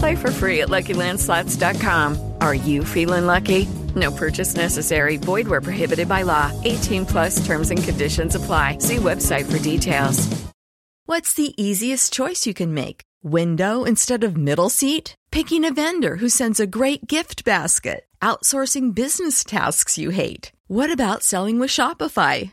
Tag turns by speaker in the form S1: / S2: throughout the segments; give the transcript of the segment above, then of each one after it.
S1: Play for free at LuckyLandSlots.com. Are you feeling lucky? No purchase necessary. Void where prohibited by law. 18 plus terms and conditions apply. See website for details. What's the easiest choice you can make? Window instead of middle seat? Picking a vendor who sends a great gift basket? Outsourcing business tasks you hate? What about selling with Shopify?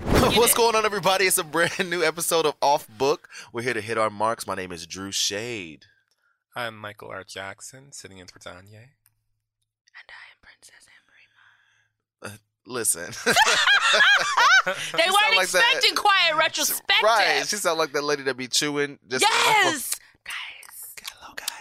S2: What's going on, everybody? It's a brand new episode of Off Book. We're here to hit our marks. My name is Drew Shade.
S3: I'm Michael R. Jackson, sitting in for Tanya.
S2: Listen,
S4: They
S2: You
S4: weren't
S2: sound like that.
S4: expecting quiet retrospective.
S2: right? She sound like that lady that be chewing. Just
S4: yes.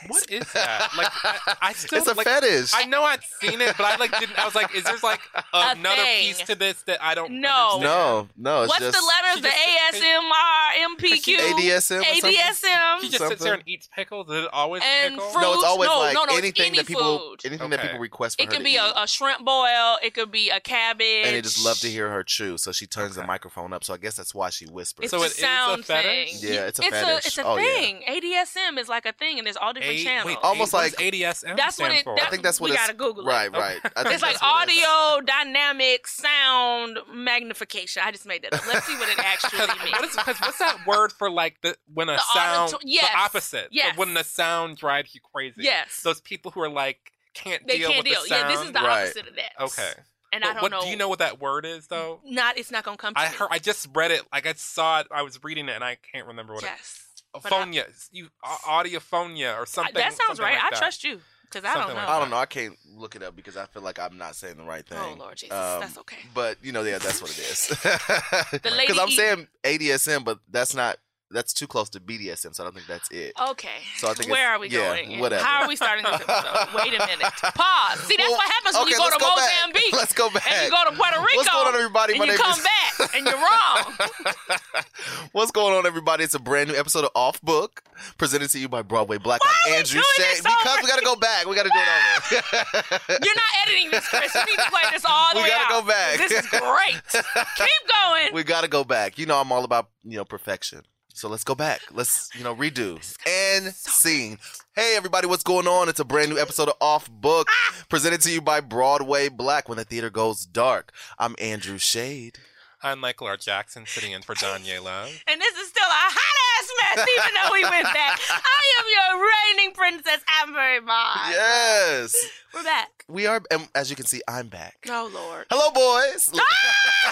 S3: What is that? Like, I, I still
S2: It's a
S3: like,
S2: fetish.
S3: I know I'd seen it, but I like didn't. I was like, is there like another
S4: thing.
S3: piece to this that I don't?
S4: No.
S3: understand?
S2: No, no. oh, It's
S4: What's
S2: just
S4: the letters?
S3: She
S4: The
S3: just-
S2: ADSM
S4: ASMR, MPQ,
S2: or something?
S4: ADSM.
S3: She just sits there and eats pickles. Is it always
S4: And
S3: pickles?
S4: fruit.
S2: No, it's always
S4: No,
S2: like
S4: no, no, it's
S2: anything
S4: any
S2: that people
S4: food.
S2: anything that
S3: Okay.
S2: people request for
S4: it
S2: her
S4: could
S2: to
S4: be
S2: eat.
S4: a, a shrimp boil. It could be a cabbage.
S2: and they just love to hear her chew, so she turns the microphone up. So I guess that's why she whispers.
S4: It's
S3: So
S4: a
S3: it is a
S4: sound
S3: fetish?
S4: thing.
S2: Yeah, it's a
S4: it's
S2: fetish.
S4: A, it's a
S2: Oh, yeah. Oh,
S4: thing. ADSM is like a thing, and there's all different
S3: A-
S4: channels.
S3: wait,
S2: Almost
S3: A- what does
S2: like-
S3: ADSM.
S4: That's what
S3: stand
S4: it-
S3: For?
S4: that-
S2: I think that's what
S4: we
S2: it's.
S4: gotta Google it.
S2: Right, right. I think
S4: It's like
S2: that's what it is.
S4: audio, dynamic, sound, magnification. I just made that up. Let's see what it actually means.
S3: What is, cause what's that word for like the when a
S4: The
S3: sound
S4: audito- yes.
S3: the opposite
S4: Yes.
S3: when the sound drives you crazy
S4: Yes.
S3: those people who are like can't
S4: They
S3: deal
S4: can't
S3: with
S4: deal.
S3: the
S4: yeah,
S3: sound
S4: this is the
S2: Right.
S4: opposite of that.
S3: okay
S4: And I
S3: But
S4: don't
S3: what
S4: know.
S3: do you know what that word is though
S4: Not. It's not gonna come. To
S3: I
S4: me.
S3: heard. I just read it. Like I saw it. I was reading it, and I can't remember what
S4: Yes.
S3: it. uh,
S4: but I-
S3: Phonia. you au- audiophonia or something.
S4: that sounds
S3: something
S4: right.
S3: like
S4: I
S3: that.
S4: trust you because I
S3: Something
S4: don't know.
S3: like
S2: I don't know. I can't look it up because I feel like I'm not saying the right thing. Um,
S4: Oh, Lord Jesus. That's okay.
S2: But you know, yeah, that's what it is.
S4: The lady E.
S2: Because I'm
S4: eat-
S2: saying ADSM, but that's not. That's too close to BDSM, so I don't think that's it.
S4: Okay.
S2: So I think
S4: Where
S2: it's-
S4: are we
S2: yeah,
S4: going?
S2: whatever.
S4: How are we starting this episode? Wait a minute. Pause. See, that's
S2: Well,
S4: what happens when
S2: okay,
S4: you go
S2: let's
S4: to
S2: go back.
S4: Mozambique.
S2: Let's go
S4: And
S2: back.
S4: you go to Puerto Rico.
S2: What's going on, everybody?
S4: And
S2: My
S4: you
S2: name
S4: come
S2: is-
S4: back and you're wrong.
S2: What's going on, everybody? It's a brand new episode of Off Book, presented to you by Broadway Black.
S4: Why
S2: I'm
S4: are we
S2: Andrew
S4: doing
S2: Shea.
S4: this
S2: Because
S4: already?
S2: we gotta go back. We gotta do it over.
S4: You're not editing this, Chris. You need to play this all the
S2: We
S4: way
S2: gotta
S4: out.
S2: go back.
S4: This is great. Keep going.
S2: we gotta go back. You know, I'm all about you know perfection. So let's go back. Let's you know redo and scene. Hey everybody, what's going on? It's a brand new episode of Off Book, presented to you by Broadway Black. When the theater goes dark, I'm Andrew Shade.
S3: I'm Michael R. Jackson sitting in for Danye Love.
S4: And this is still a hot ass mess, even though we went back. I am your reigning princess, Amber Bond.
S2: Yes,
S4: We're back.
S2: we are, and as you can see, I'm back.
S4: Oh, Lord.
S2: Hello, boys.
S4: Ah!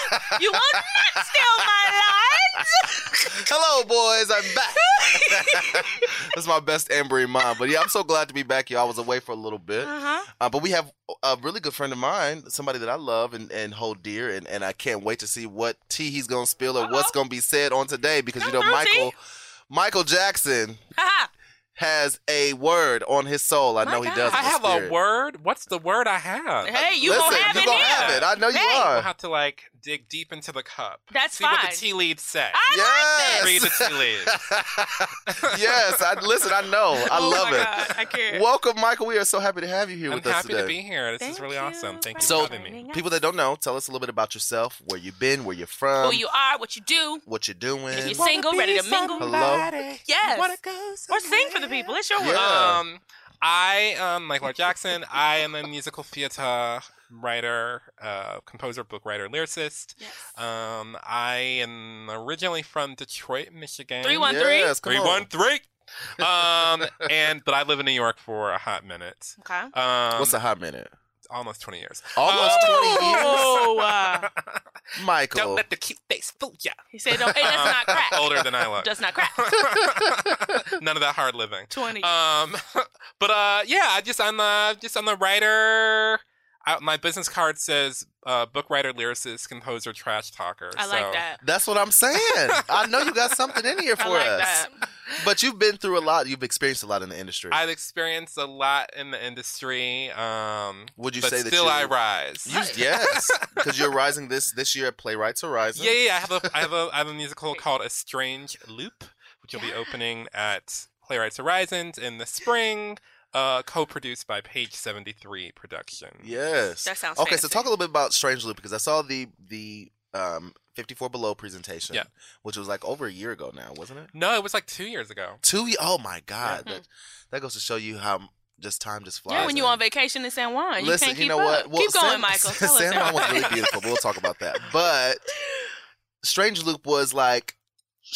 S4: You will not steal my lines.
S2: Hello, boys. I'm back. That's my best Ambery mom. But yeah, I'm so glad to be back. Y'all I was away for a little bit.
S4: Uh-huh.
S2: Uh, but we have a really good friend of mine, somebody that I love and, and hold dear, and, and I can't wait to see what tea he's gonna spill or
S4: Uh-huh.
S2: what's gonna be said on today because you know
S4: Come through,
S2: Michael Michael Jackson
S4: Ha-ha.
S2: has a word on his soul. I
S4: My
S2: know he
S4: God.
S2: does. in
S3: I
S2: the
S3: have
S2: spirit.
S3: a word. What's the word I have?
S4: Hey, you
S2: Listen,
S4: gonna have
S2: you
S4: it
S2: gonna
S4: here.
S2: have it. I know you
S4: Hey.
S3: We'll
S2: are.
S3: have to like dig deep into the cup.
S4: Uh, That's
S3: See what
S4: fine. Ah,
S3: the tea leaves say.
S4: I
S2: Yes.
S4: like
S3: Read
S4: this.
S3: the tea leaves.
S2: yes, I listen. I know. I
S4: Oh
S2: love
S4: my
S2: it.
S4: God, I can't.
S2: Welcome, Michael. We are so happy to have you here
S3: I'm
S2: with us
S3: happy
S2: today.
S3: to be here. This
S4: Thank
S3: is really
S4: you
S3: awesome. Thank you
S2: So-
S3: for having me.
S2: People that don't know, tell us a little bit about yourself, where you've been, where you're from,
S4: Who you are, what you do.
S2: what you're doing.
S4: If you're single, ready to mingle.
S2: Hello.
S4: Yes.
S3: Wanna go
S4: Or sing for the people. It's your
S2: Yeah.
S4: word.
S3: Um, I um Michael R. Jackson. I am a musical theater writer, uh, composer, book writer, lyricist.
S4: Yes.
S3: Um, I am originally from Detroit, Michigan.
S4: 313.
S2: Yes, come
S3: Three
S2: on.
S3: one three. Um, and but I live in New York for a hot minute.
S4: Okay.
S3: Um,
S2: What's a hot minute?
S3: almost twenty years. Um,
S2: Almost
S4: Oh, uh,
S2: 20. Michael.
S3: Don't let the cute face fool ya.
S4: he said, no, it does not crack.
S3: Uh, Older than I look.
S4: Does not crack. Uh,
S3: None of that hard living.
S4: 20.
S3: Um, but uh, yeah, I just I'm uh, just I'm a writer. I, my business card says uh, book writer, lyricist, composer, trash talker.
S4: I like
S3: so-
S4: that.
S2: That's what I'm saying. I know you got something in here for
S4: I like
S2: us.
S4: that.
S2: But you've been through a lot. You've experienced a lot in the industry.
S3: I've experienced a lot in the industry. Um,
S2: Would you
S3: but
S2: say that
S3: still
S2: you-
S3: I rise?
S2: You- yes, because you're rising this this year at Playwrights Horizon.
S3: yeah, yeah, yeah. I have a I have a I have a musical called A Strange Loop, which will be opening at Playwrights Horizons in the spring. Uh, co-produced by Page Seventy Three Production.
S2: Yes.
S4: That sounds
S2: okay. So
S4: fancy.
S2: talk a little bit about Strange Loop because I saw the the um 54 Below presentation,
S3: Yeah.
S2: which was like over a year ago now, wasn't it?
S3: No, it was like two years ago.
S2: Two. ye- Oh my God, that, that goes to show you how just time just flies.
S4: Mm-hmm. Yeah, when you
S2: and-
S4: on vacation in San Juan, Oh, you
S2: Listen,
S4: can't
S2: you
S4: keep
S2: know
S4: up.
S2: what? Well,
S4: keep going,
S2: San-
S4: Michael. Tell us
S2: San Juan
S4: that.
S2: was really beautiful. We'll talk about that. But Strange Loop was like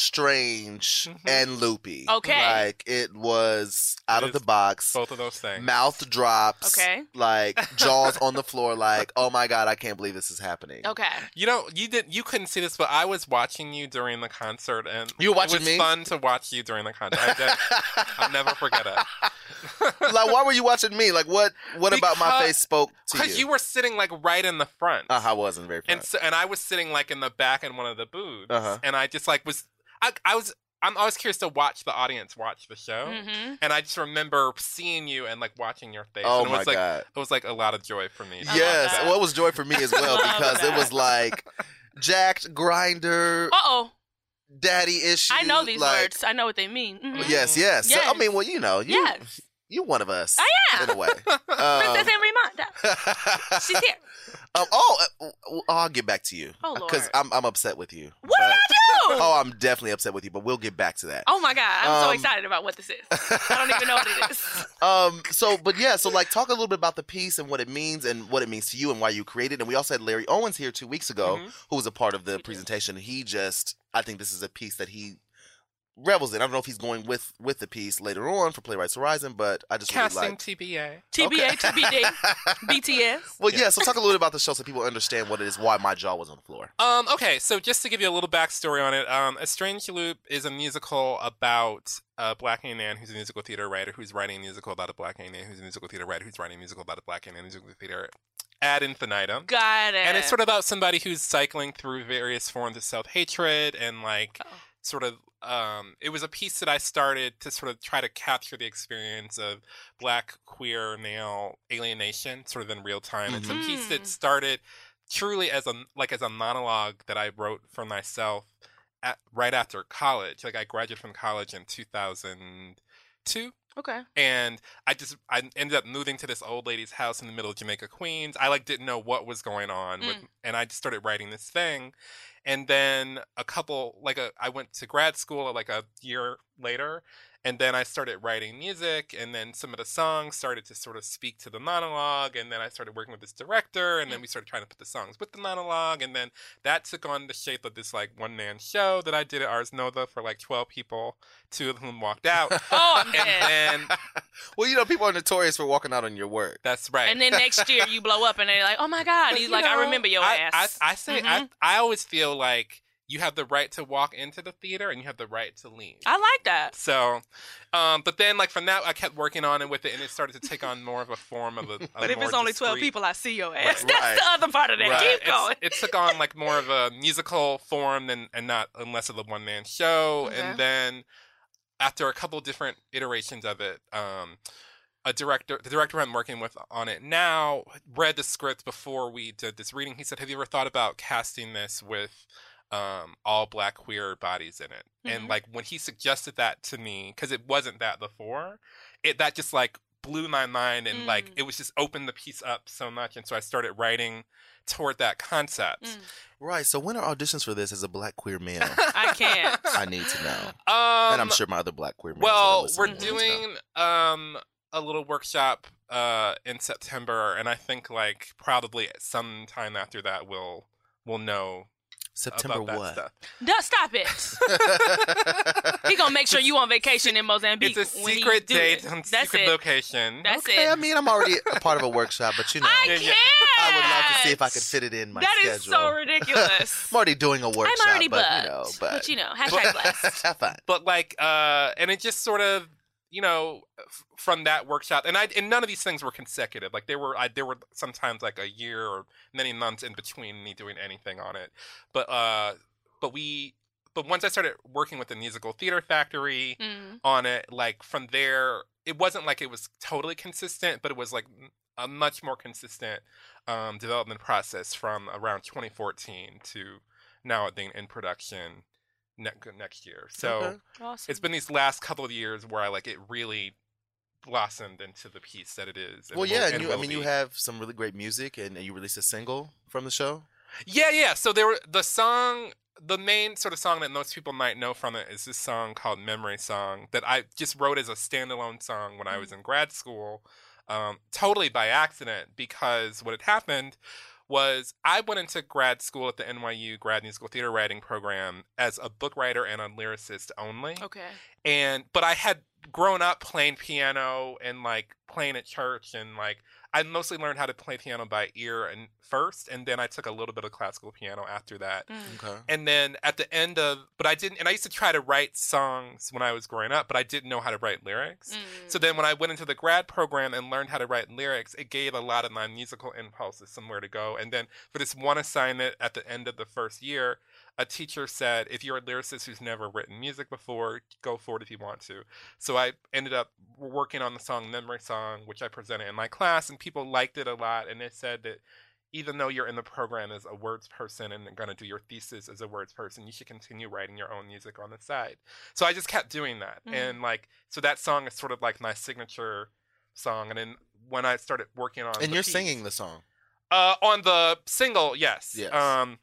S2: strange
S3: Mhm.
S2: and loopy.
S4: Mm-hmm. Okay.
S2: like it was out
S3: It
S2: of the
S3: is
S2: box.
S3: Both of those things.
S2: Mouth drops.
S4: Okay.
S2: Like jaws on the floor. Like, oh my god, I can't believe this is happening.
S4: Okay.
S3: you know, you did you couldn't see this, but I was watching you during the concert, and
S2: You were watching
S3: it was
S2: me?
S3: fun to watch you during the concert. I did, I'll never forget it
S2: like, why were you watching me? Like, what? What about my
S3: Because-
S2: face spoke to
S3: because
S2: you?
S3: you were sitting like right in the front,
S2: uh, I wasn't very.
S3: and
S2: proud.
S3: so, and I was sitting like in the back in one of the booths,
S2: Uh-huh.
S3: and I just like was I, I was I'm always curious to watch the audience watch the show,
S4: Mm-hmm.
S3: and I just remember seeing you and like watching your face.
S2: oh
S3: and it was,
S2: my
S3: like,
S2: god.
S3: It was like a lot of joy for me. to watch
S2: Yes.
S3: that.
S2: Well, it was joy for me as well
S4: Love
S2: because it
S4: that.
S2: was like jacked grinder,
S4: Uh oh.
S2: daddy issue.
S4: I know these
S2: like-
S4: words. I know what they mean. Mhm.
S2: Yes, yes. So,
S4: Yes.
S2: I mean, well, you know, you
S4: Yes.
S2: you one of us.
S4: I am.
S2: in a way.
S4: Princess
S2: Um,
S4: Emerita. She's here.
S2: um, oh, uh, w- w- I'll get back to you
S4: Oh,
S2: because
S4: Lord.
S2: I'm I'm upset with you.
S4: What did I do?
S2: Oh, I'm definitely upset with you, but we'll get back to that.
S4: Oh my God. I'm so
S2: Um,
S4: excited about what this is. I don't even know what it is.
S2: Um. So, but yeah. So, like, talk a little bit about the piece and what it means, and what it means to you, and why you created. it. And we also had Larry Owens here two weeks ago,
S3: Mhm.
S2: who was a part of the presentation. He just, I think, this is a piece that he revels in. I don't know if he's going with with the piece later on for Playwrights Horizon, but I just really
S3: casting
S2: liked.
S3: TBA.
S4: TBA, TBD, BTS.
S2: Well, yeah. So, talk a little bit about the show so people understand what it is, why my jaw was on the floor.
S3: Um, okay, so just to give you a little backstory on it, um, A Strange Loop is a musical about a black gay man who's a musical theater writer who's writing a musical about a black gay man who's a musical theater writer who's writing a musical about a black gay man who's a musical theater ad infinitum.
S4: Got it.
S3: And it's sort of about somebody who's cycling through various forms of self hatred and like
S4: Oh.
S3: sort of. Um, it was a piece that I started to sort of try to capture the experience of black queer male alienation, sort of in real time. It's a piece
S4: Mhm.
S3: that started truly as a like as a monologue that I wrote for myself at, right after college. Like I graduated from college in two thousand two
S4: okay.
S3: and I just I ended up moving to this old lady's house in the middle of Jamaica, Queens. I like didn't know what was going on, with, and I just started writing this thing. And then a couple like a I went to grad school like a year later, and then I started writing music, and then some of the songs started to sort of speak to the monologue, and then I started working with this director, and then we started trying to put the songs with the monologue, and then that took on the shape of this like one man show that I did at Ars Nova for like twelve people, two of whom walked out.
S4: Oh, I'm dead.
S3: And then
S2: Well, you know, people are notorious for walking out on your work.
S3: That's right.
S4: And then next year you blow up and they're like, oh my God.
S3: But
S4: He's
S3: you
S4: like, I
S3: know,
S4: remember your
S3: I,
S4: ass. Mm-hmm.
S3: I, I say, I, I always feel like you have the right to walk into the theater and you have the right to leave.
S4: I like that.
S3: So, um, but then like from that, I kept working on it with it, and it started to take on more of a form of a.
S4: But if it's only 12 people, I see your ass.
S2: Right,
S4: That's
S2: right.
S4: the other part of that.
S2: Right.
S4: Keep going.
S3: It took on like more of a musical form than and not unless of the one man show.
S4: Okay.
S3: And then after a couple different iterations of it, um, a director, the director I'm working with on it now, read the script before we did this reading. He said, "Have you ever thought about casting this with?" Um, all black queer bodies in it,
S4: Mhm.
S3: and like when he suggested that to me, because it wasn't that before, it that just like blew my mind, and like
S4: Mm.
S3: it was just opened the piece up so much, and so I started writing toward that concept.
S4: Mm.
S2: Right. So, when are auditions for this as a black queer male?
S4: I can't.
S2: I need to know.
S3: Um,
S2: and I'm sure my other black queer males. are
S3: well,
S2: listening
S3: we're
S2: need to know.
S3: doing um a little workshop uh, in September, and I think like probably sometime after that we'll we'll know
S2: September
S3: about that
S2: what?
S3: stuff.
S4: Duh, stop it. He gonna make sure you on vacation in Mozambique.
S3: It's a
S4: when he
S3: secret
S4: do
S3: date
S4: it.
S3: on
S4: That's
S3: secret
S4: it.
S3: location.
S4: That's
S2: okay,
S4: it.
S2: I mean, I'm already a part of a workshop, but you know,
S4: I
S2: I,
S3: Yeah,
S4: can't.
S3: yeah.
S2: would love to see if I could fit it in my
S4: That
S2: schedule.
S4: is so ridiculous.
S2: I'm already doing a workshop,
S4: I'm already
S2: but you
S4: blessed.
S2: know, but,
S4: you know, hashtag blessed.
S2: Have fun.
S3: but like uh and it just sort of you know f- from that workshop and i and none of these things were consecutive like there were i there were sometimes like a year or many months in between me doing anything on it but uh but we but once i started working with the musical theater factory
S4: Mm.
S3: on it like from there it wasn't like it was totally consistent but it was like m- a much more consistent um, development process from around 2014 to now it being in production ne- next year so
S2: Okay.
S4: Awesome.
S3: it's been these last couple of years where i like it really blossomed into the piece that it is and
S2: Well,
S3: will-
S2: yeah, and
S3: and
S2: you, I
S3: will
S2: mean, you
S3: be.
S2: have some really great music, and, and you released a single from the show.
S3: Yeah, yeah. So there were the song, the main sort of song that most people might know from it is this song called "Memory Song" that I just wrote as a standalone song when I
S2: Mm.
S3: was in grad school, um, totally by accident because what had happened was I went into grad school at the NYU Grad Musical Theater Writing Program as a book writer and a lyricist only
S4: okay.
S3: and but I had grown up playing piano and like playing at church and like I mostly learned how to play piano by ear and first and then I took a little bit of classical piano after that.
S4: Mm.
S2: Okay.
S3: And then at the end of but I didn't and I used to try to write songs when I was growing up, but I didn't know how to write lyrics.
S4: hmm.
S3: So then when I went into the grad program and learned how to write lyrics, it gave a lot of my musical impulses somewhere to go. And then for this one assignment at the end of the first year, a teacher said, if you're a lyricist who's never written music before, go for it if you want to. So I ended up working on the song Memory Song, which I presented in my class, and people liked it a lot. And they said that even though you're in the program as a words person and going to do your thesis as a words person, you should continue writing your own music on the side. So I just kept doing that.
S4: Mhm.
S3: And like, so that song is sort of like my signature song. And then when I started working on
S2: And
S3: the
S2: you're
S3: piece-
S2: singing the song.
S3: uh, on the single, yes.
S2: Yes.
S3: Um,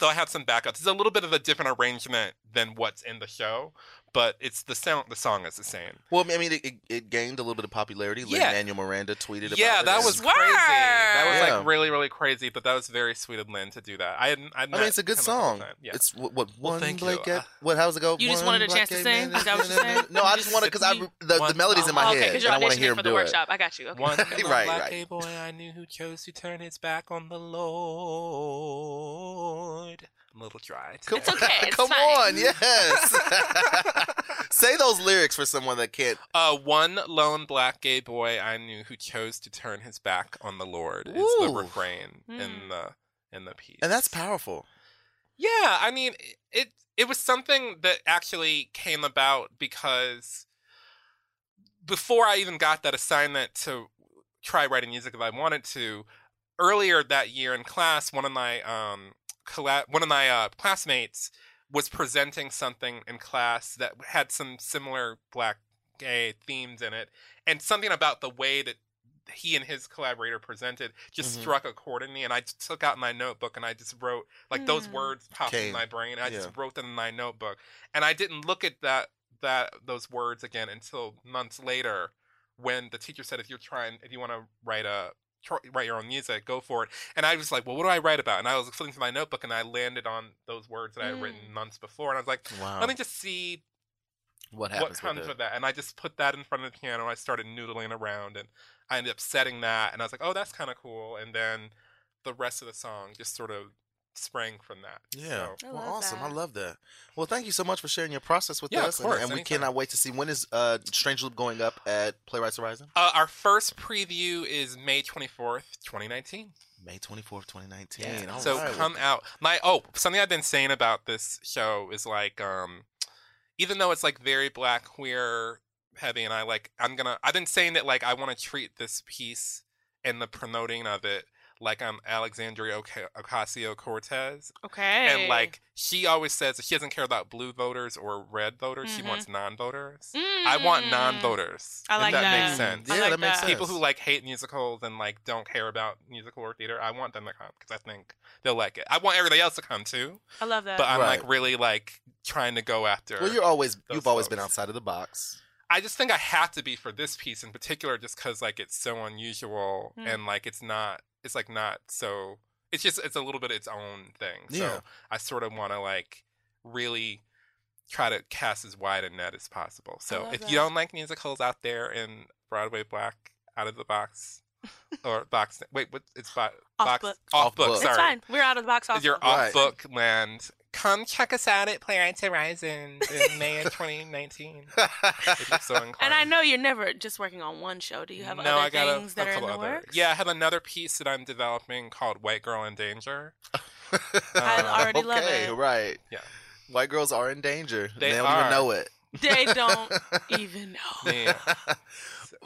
S3: though I had some backups. It's a little bit of a different arrangement than what's in the show, but it's the sound. The song is the same.
S2: Well, I mean, it, it, it gained a little bit of popularity. Lin
S3: Yeah.
S2: Manuel Miranda tweeted about
S3: yeah,
S2: it.
S3: that
S2: and-
S3: was
S4: Swerve!
S3: crazy. That was
S2: Yeah.
S3: like really, really crazy. But that was very sweet of Lynn to do that. I hadn't. I'd
S2: I mean, it's a good
S3: come up
S2: song.
S3: with that. Yeah.
S2: It's what, what
S3: Well,
S2: one
S3: thank you.
S2: black
S3: Uh,
S2: cat- what? How's it go?
S4: You just
S2: One
S4: wanted a chance
S2: black
S4: to
S2: gay
S4: sing?
S2: man-
S4: Is that what you're saying?
S2: No, I just wanted because I
S3: You-
S2: the, the
S3: one-
S2: melody's in my
S4: Oh, okay,
S2: head,
S4: because
S2: and
S4: you're
S2: I want to
S4: auditioning
S2: hear him
S4: for the
S2: do
S4: workshop. I got you. Okay.
S3: One little
S2: Right,
S3: black
S2: right.
S3: gay boy I knew who chose to turn his back on the Lord. I'm a little dry.
S2: it. Come
S4: It's okay, it's
S2: Come
S4: fine.
S2: on, yes. Say those lyrics for someone that can't.
S3: Uh, one lone black gay boy I knew who chose to turn his back on the Lord is the
S2: Ooh.
S3: refrain
S4: Hmm.
S3: in the in the piece,
S2: And that's powerful.
S3: Yeah, I mean it. It was something that actually came about because before I even got that assignment to try writing music if I wanted to, earlier that year in class, one of my um colla- one of my uh, classmates was presenting something in class that had some similar black gay themes in it, and something about the way that he and his collaborator presented just
S2: Mhm.
S3: struck a chord in me, and I just took out my notebook and I just wrote like those
S4: Mm.
S3: words popped
S2: Came.
S3: in my brain. I
S2: Yeah.
S3: just wrote them in my notebook, and I didn't look at that that those words again until months later when the teacher said if you're trying if you want to write a tr- write your own music go for it and i was like well what do i write about and i was flipping through my notebook and i landed on those words that i had
S4: Mm.
S3: written months before and i was like
S2: Wow.
S3: let me just see
S2: what
S3: what
S2: happens
S3: comes
S2: with
S3: with,
S2: it?
S3: that and i just put that in front of the piano and i started noodling around and i ended up setting that and i was like oh that's kind of cool and then the rest of the song just sort of sprang from that
S2: Yeah.
S3: So-
S4: I
S2: Well,
S4: love
S2: awesome. I
S4: that.
S2: love that. Well, thank you so much for sharing your process with
S3: Yeah, of
S2: us. and-
S3: course,
S2: and, we
S3: anytime.
S2: cannot wait to see when is uh, Strange Loop going up at Playwrights Horizon?
S3: uh, our first preview is may 24th 2019
S2: May 24th, 2019.
S3: Yeah.
S2: All
S3: so
S2: right.
S3: come out. My oh, something I've been saying about this show is like, um, even though it's like very black queer heavy, and I like, I'm gonna, I've been saying that like I want to treat this piece and the promoting of it like I'm Alexandria Ocasio Cortez,
S4: Okay.
S3: and like she always says that she doesn't care about blue voters or red voters. She
S4: Mhm.
S3: wants non-voters. I want
S4: Mm.
S3: non-voters.
S4: I
S3: if
S4: like
S3: that,
S4: that.
S3: makes sense.
S4: I
S2: Yeah,
S4: like
S2: that makes
S4: that.
S2: sense.
S3: People who like hate musicals and like don't care about musical or theater, I want them to come because I think they'll like it. I want everybody else to come too,
S4: I love that.
S3: but I'm
S2: Right.
S3: like really like trying to go after.
S2: Well, you're always you've
S3: Those
S2: always been
S3: folks.
S2: outside of the box.
S3: I just think I have to be for this piece in particular, just because like it's so unusual
S4: Hmm.
S3: and like it's not, it's like not so. It's just it's a little bit its own thing.
S2: Yeah.
S3: So I sort of want to like really try to cast as wide a net as possible. So
S4: love
S3: if
S4: that.
S3: you don't like musicals out there in Broadway Black, out of the box, or box wait, what it's bo-
S4: Off
S3: box
S4: book.
S3: off,
S2: Off
S3: book.
S2: book.
S3: Sorry,
S4: It's fine. We're out of the box office.
S3: you're
S2: Right.
S3: off book land. Come check us out at Playwrights Horizon in May of 2019. if you're so inclined.
S4: And I know you're never just working on one show. Do you have other things that are in
S3: couple
S4: the
S3: other-
S4: works?
S3: Yeah, I have another piece that I'm developing called White Girl in Danger.
S4: I
S3: Um,
S4: already love
S2: okay,
S4: it.
S2: right.
S3: Yeah.
S2: White girls are in danger.
S3: They
S2: don't even
S3: are.
S2: know it.
S4: They don't even know.
S3: yeah.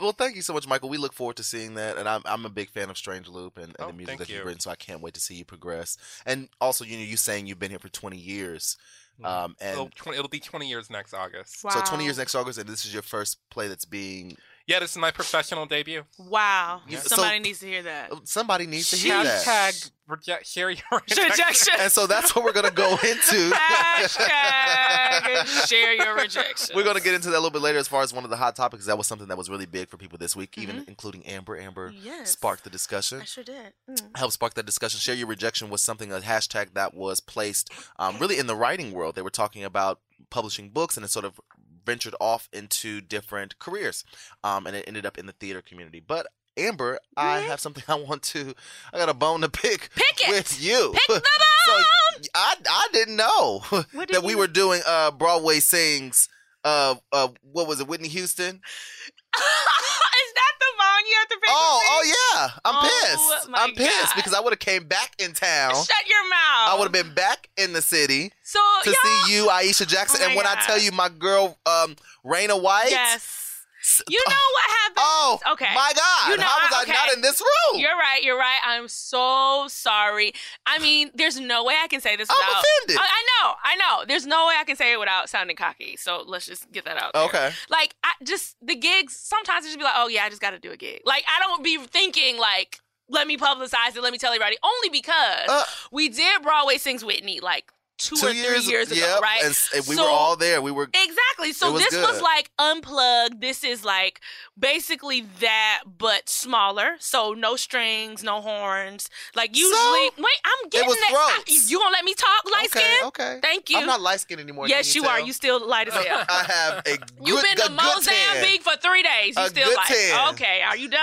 S2: well, thank you so much, Michael. We look forward to seeing that, and I'm, I'm a big fan of Strange Loop and, and
S3: Oh,
S2: the music
S3: thank
S2: that you've
S3: you.
S2: written. So I can't wait to see you progress. And also, you know, you saying you've been here for 20 years,
S3: Mm-hmm.
S2: um, and
S3: it'll, 20, it'll be 20 years next August.
S4: Oh, Wow.
S2: so 20 years next August, and this is your first play that's being.
S3: Yeah, this is my professional debut.
S4: Wow.
S2: Yeah. So-
S4: Somebody needs to hear that.
S2: oh, Somebody needs to hear that.
S3: Hashtag reject, share your
S4: Rejection.
S2: And so that's what we're gonna go into.
S4: Hashtag share your rejection.
S2: We're gonna get into that a little bit later as far as one of the hot topics. That was something that was really big for people this week, even including Amber. Amber
S4: Mm-hmm. Yes.
S2: sparked the discussion.
S4: I sure did. Mm.
S2: help spark that discussion. Share your rejection was something a hashtag that was placed um, really in the writing world. They were talking about publishing books and it sort of ventured off into different careers, um, and it ended up in the theater community. But Amber, I have something I want to. I got a bone to pick.
S4: Pick it!
S2: with you.
S4: Pick the
S2: so
S4: bone!
S2: I I didn't know
S4: Ah!
S2: that
S4: What did
S2: we
S4: you-
S2: were doing uh, Broadway sings. Uh, uh, what was it? Whitney Houston.
S4: Is that the Vaughn you have to pick?
S2: Oh, oh yeah. I'm
S4: Oh,
S2: pissed.
S4: my
S2: I'm pissed
S4: God.
S2: because I would have came back in town.
S4: Shut your mouth.
S2: I would have been back in the city
S4: so
S2: to
S4: y'all-
S2: see you, Aisha Jackson.
S4: Oh
S2: and
S4: my
S2: when I
S4: God.
S2: tell you my girl, um, Raina White.
S4: Yes.
S2: s- uh,
S4: You know what happened?
S2: Oh,
S4: okay.
S2: my God.
S4: You know,
S2: How was
S4: I-
S2: I
S4: okay.
S2: not in this room?
S4: You're right. You're right. I'm so sorry. I mean, there's no way I can say this
S2: I'm
S4: without.
S2: offended.
S4: I, I know. I know. There's no way I can say it without sounding cocky. So let's just get that out. there.
S2: Okay.
S4: Like I just the gigs. Sometimes it just be like, oh yeah, I just got to do a gig. Like I don't be thinking like, let me publicize it. Let me tell everybody. Only because
S2: Uh,
S4: we did Broadway sings Whitney like two,
S2: two
S4: or
S2: years,
S4: three years ago,
S2: yep,
S4: right?
S2: And, s- and we
S4: So-
S2: were all there. We were.
S4: Exactly. So
S2: It was
S4: this was
S2: good.
S4: like unplugged. This is like basically that, but smaller. So no strings, no horns. Like usually, wait, I'm getting
S2: was
S4: that. I-
S2: throats.
S4: you gonna let me talk, light
S2: okay.
S4: skin?
S2: Okay.
S4: Thank you.
S2: I'm not light skinned anymore.
S4: yes,
S2: can
S4: you, are.
S2: tell?
S4: You still light as hell.
S2: I have a good.
S4: You've been
S2: a
S4: to
S2: good tan.
S4: Mozambique for three days. You
S2: A
S4: still
S2: good
S4: like
S2: tan.
S4: okay? Are you done?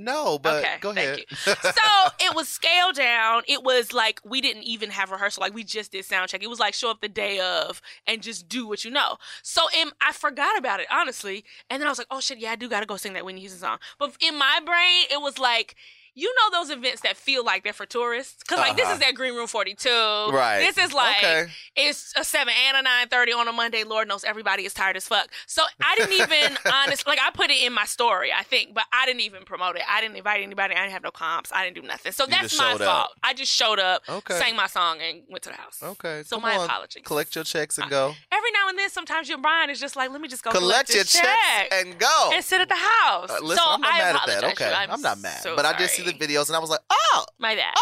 S2: No, but
S4: okay,
S2: go ahead.
S4: thank you. so it was scaled down. It was like we didn't even have rehearsal. Like we just did sound check. It was like show up the day of and just do what you know. So um, I forgot about it honestly, and then I was like, oh shit, yeah, I do gotta go sing that Whitney Houston song. But in my brain, it was like. You know those events that feel like they're for tourists, because like this
S2: Uh-huh.
S4: is that Green Room Forty Two.
S2: Right.
S4: This is like
S2: Okay.
S4: it's a seven and a nine thirty on a Monday. Lord knows everybody is tired as fuck. So I didn't even honestly like I put it in my story, I think, but I didn't even promote it. I didn't invite anybody. I didn't have no comps. I didn't do nothing. So
S2: You
S4: that's
S2: just
S4: my
S2: showed
S4: fault.
S2: up.
S4: I just showed up,
S2: Okay.
S4: sang my song, and went to the house.
S2: Okay.
S4: So
S2: come
S4: my
S2: on,
S4: apologies.
S2: Collect your checks and go.
S4: Every now and then, sometimes your mind is just like, let me just go
S2: Collect
S4: this
S2: your checks
S4: check
S2: and go.
S4: and sit at the house.
S2: Uh, listen,
S4: so
S2: I'm not
S4: I
S2: mad at
S4: apologize
S2: that.
S4: to
S2: Okay,
S4: you.
S2: I'm,
S4: I'm,
S2: not mad,
S4: so
S2: but I did see the
S4: sorry.
S2: videos and I was like, oh,
S4: My bad.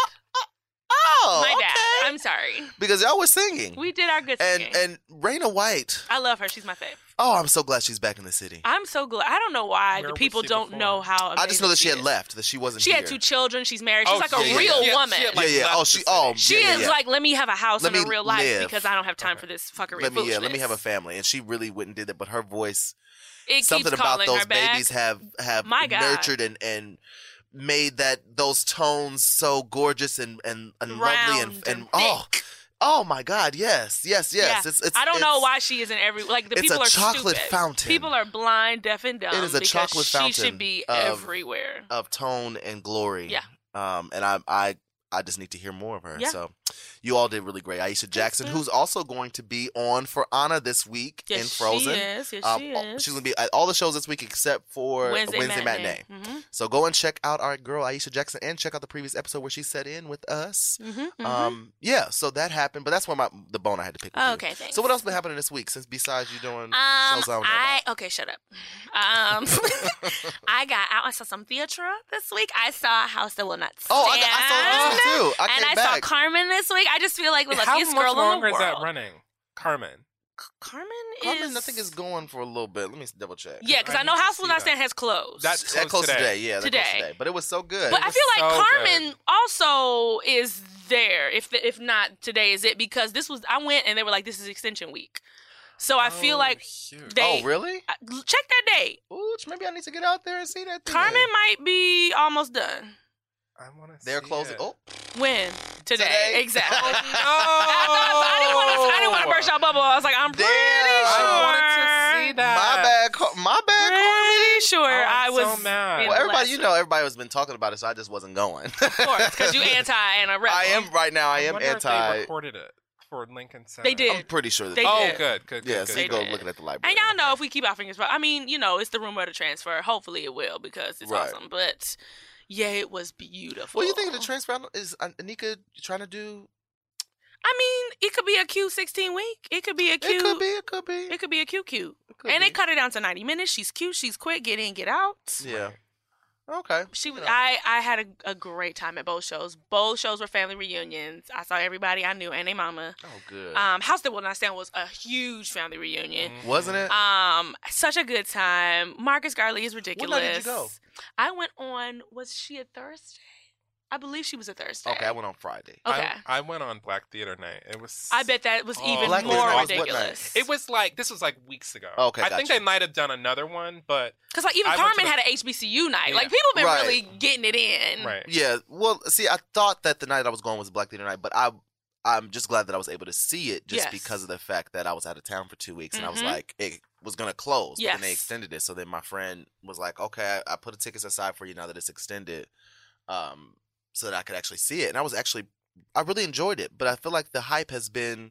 S2: oh,
S4: my
S2: okay.
S4: bad. I'm sorry.
S2: because y'all were singing.
S4: We did our good
S2: and
S4: singing.
S2: and Raina White.
S4: I love her. She's my favorite.
S2: Oh, I'm so glad she's back in the city. I,
S4: I'm so glad. I don't know why
S3: Where
S4: the
S3: was
S4: people
S3: she
S4: don't
S3: before?
S4: know how.
S2: just
S4: amazing
S2: know that she had
S4: is.
S2: left. That she wasn't.
S4: She had
S2: here.
S4: two children. She's married. She's
S3: Oh,
S4: like
S2: yeah,
S4: a
S2: yeah,
S4: real
S2: yeah.
S4: woman.
S3: She had,
S2: Yeah,
S3: like,
S2: yeah.
S3: left
S2: Oh,
S3: the
S2: she.
S3: city.
S2: Oh,
S4: she
S2: yeah,
S4: is
S2: yeah.
S4: like, let me have a house
S2: Let
S4: and a
S2: me
S4: real life
S2: live.
S4: because I don't have time for this fuckery.
S2: Let me, yeah, let me
S4: foolishness."
S2: have a family, and she really wouldn't do that. But her voice,
S4: It
S2: something
S4: keeps
S2: about
S4: calling
S2: those
S4: her back.
S2: babies have have
S4: My God.
S2: nurtured and and made that those tones so gorgeous and and, and lovely and
S4: Round
S2: and,
S4: and
S2: oh, oh my God, yes, yes, yes.
S4: Yeah.
S2: It's, it's
S4: I don't know
S2: it's-
S4: why she isn't every like the
S2: it's a
S4: people are
S2: chocolate
S4: stupid.
S2: fountain.
S4: People are blind, deaf, and dumb.
S2: It is a
S4: because
S2: chocolate
S4: she
S2: fountain
S4: should be
S2: of-
S4: everywhere.
S2: of tone and glory.
S4: Yeah.
S2: Um, and I, I, I just need to hear more of her.
S4: Yeah.
S2: So, you all did really great. Aisha Jackson,
S4: boo.
S2: who's also going to be on for Anna this week
S4: Yes,
S2: in Frozen.
S4: she is. Yes,
S2: Um,
S4: she
S2: all-
S4: is.
S2: She's gonna be at all the shows this week except for
S4: Wednesday,
S2: Wednesday,
S4: matinee. Mm-hmm,
S2: matinee. So go and check out our girl Aisha Jackson and check out the previous episode where she set in with us.
S4: Mhm, mhm, mhm.
S2: Um, yeah. So that happened, but that's where my the bone I had to pick. with you.
S4: Oh, Okay, thanks.
S2: So what else been happening this week since besides you doing
S4: Um,
S2: shows I don't know
S4: I okay, shut up. Um, I got out. I saw some theater this week. I saw a house that will not stand.
S2: Oh, I, got- I saw this too. I
S4: and
S2: came
S4: I
S2: back.
S4: saw Carmen this week. I just feel like the
S3: How
S4: luckiest
S3: much
S4: girl in the
S3: longer
S4: world.
S3: is that running? Carmen.
S4: C- Carmen is.
S2: Carmen, I think is going for a little bit. Let me double check.
S4: Yeah, because
S3: I
S4: I, know
S3: need to
S4: House
S3: see
S4: Will Not
S3: that.
S4: Stand has closed.
S3: That's
S2: That close, today. Yeah, that
S4: Today.
S2: close today. But it was so good.
S4: but I
S3: was
S4: feel like
S3: so good.
S4: Carmen also is there. If if not today, is it? Because this was I went and they were like, this is extension week, so I feel like they
S2: oh, really?
S4: I- check that date.
S2: Ooh, maybe I need to get out there and see that. Thing.
S4: Carmen might be almost done.
S3: I want to.
S2: They're closing. Oh,
S4: When today?
S2: Today?
S4: Exactly. I, thought- I didn't want to. I didn't want to burst
S3: Oh
S4: y'all bubble. I was like, I'm pretty
S2: Damn.
S4: sure.
S2: I
S3: wanted to see
S4: Uh,
S3: that.
S2: my bad. Car- my bad. Car-
S4: Pretty sure
S3: Oh,
S4: I
S3: I'm
S4: was.
S3: so mad. Well,
S4: in
S2: Well,
S4: the
S2: everybody,
S4: last
S2: you know, everybody has been talking about it, so I just wasn't going.
S4: Of course, because you anti and a rebel.
S2: I am right now. I am
S3: wonder if They
S2: anti.
S3: recorded it for Lincoln Center.
S4: They did.
S2: I'm pretty sure that
S4: They
S3: Oh, good,
S4: did.
S3: good, good.
S2: Yeah,
S3: good,
S2: so you
S4: They
S3: good.
S2: go
S4: did.
S2: looking at the library.
S4: And y'all know if we keep our fingers, crossed- I mean, you know, it's the rumor of the transfer. Hopefully, it will because it's
S2: Right.
S4: awesome. But yeah, it was beautiful.
S2: What do you think of the transfer? I don't- Is uh, Anika trying to do?
S4: I mean, it could be a Q sixteen week. It could be a Q.
S2: It could be. It could be.
S4: It could be a Q Q.
S2: it could
S4: And
S2: be.
S4: they cut it down to ninety minutes. She's cute. She's quick. Get in. Get out.
S2: Yeah. Okay.
S4: She was.
S2: Yeah.
S4: I I had a, a great time at both shows. Both shows were family reunions. I saw everybody I knew and their mama.
S2: Oh, good.
S4: Um, House That Will Not Stand was a huge family reunion.
S3: Mm-hmm.
S2: Wasn't it?
S4: Um, such a good time. Marcus Garley is ridiculous.
S2: night did you go?
S4: I went on. Was she a Thursday? I believe she was a Thursday.
S2: okay, I went on Friday.
S4: Okay.
S3: I, I went on Black Theater Night. It was.
S4: I bet that was
S3: Oh.
S4: even
S2: Black
S4: more
S2: Lives Matter was what
S4: ridiculous.
S3: It was like this was like weeks ago.
S2: Okay,
S3: I think
S2: gotcha.
S3: they might have done another one, but
S4: because like even
S3: I went to
S4: Carmen
S3: the-
S4: had an HBCU night.
S3: Yeah.
S4: Like people been
S2: Right.
S4: really getting it in.
S3: right.
S2: Yeah. Well, see, I thought that the night I was going was Black Theater Night, but I, I'm just glad that I was able to see it just
S4: Yes.
S2: because of the fact that I was out of town for two weeks and I was
S4: Mhm.
S2: like, it was gonna close, but then they
S4: Yes.
S2: extended it. So then my friend was like, okay, I, I put the tickets aside for you now that it's extended, um, so that I could actually see it. And I was actually, I really enjoyed it, but I feel like the hype has been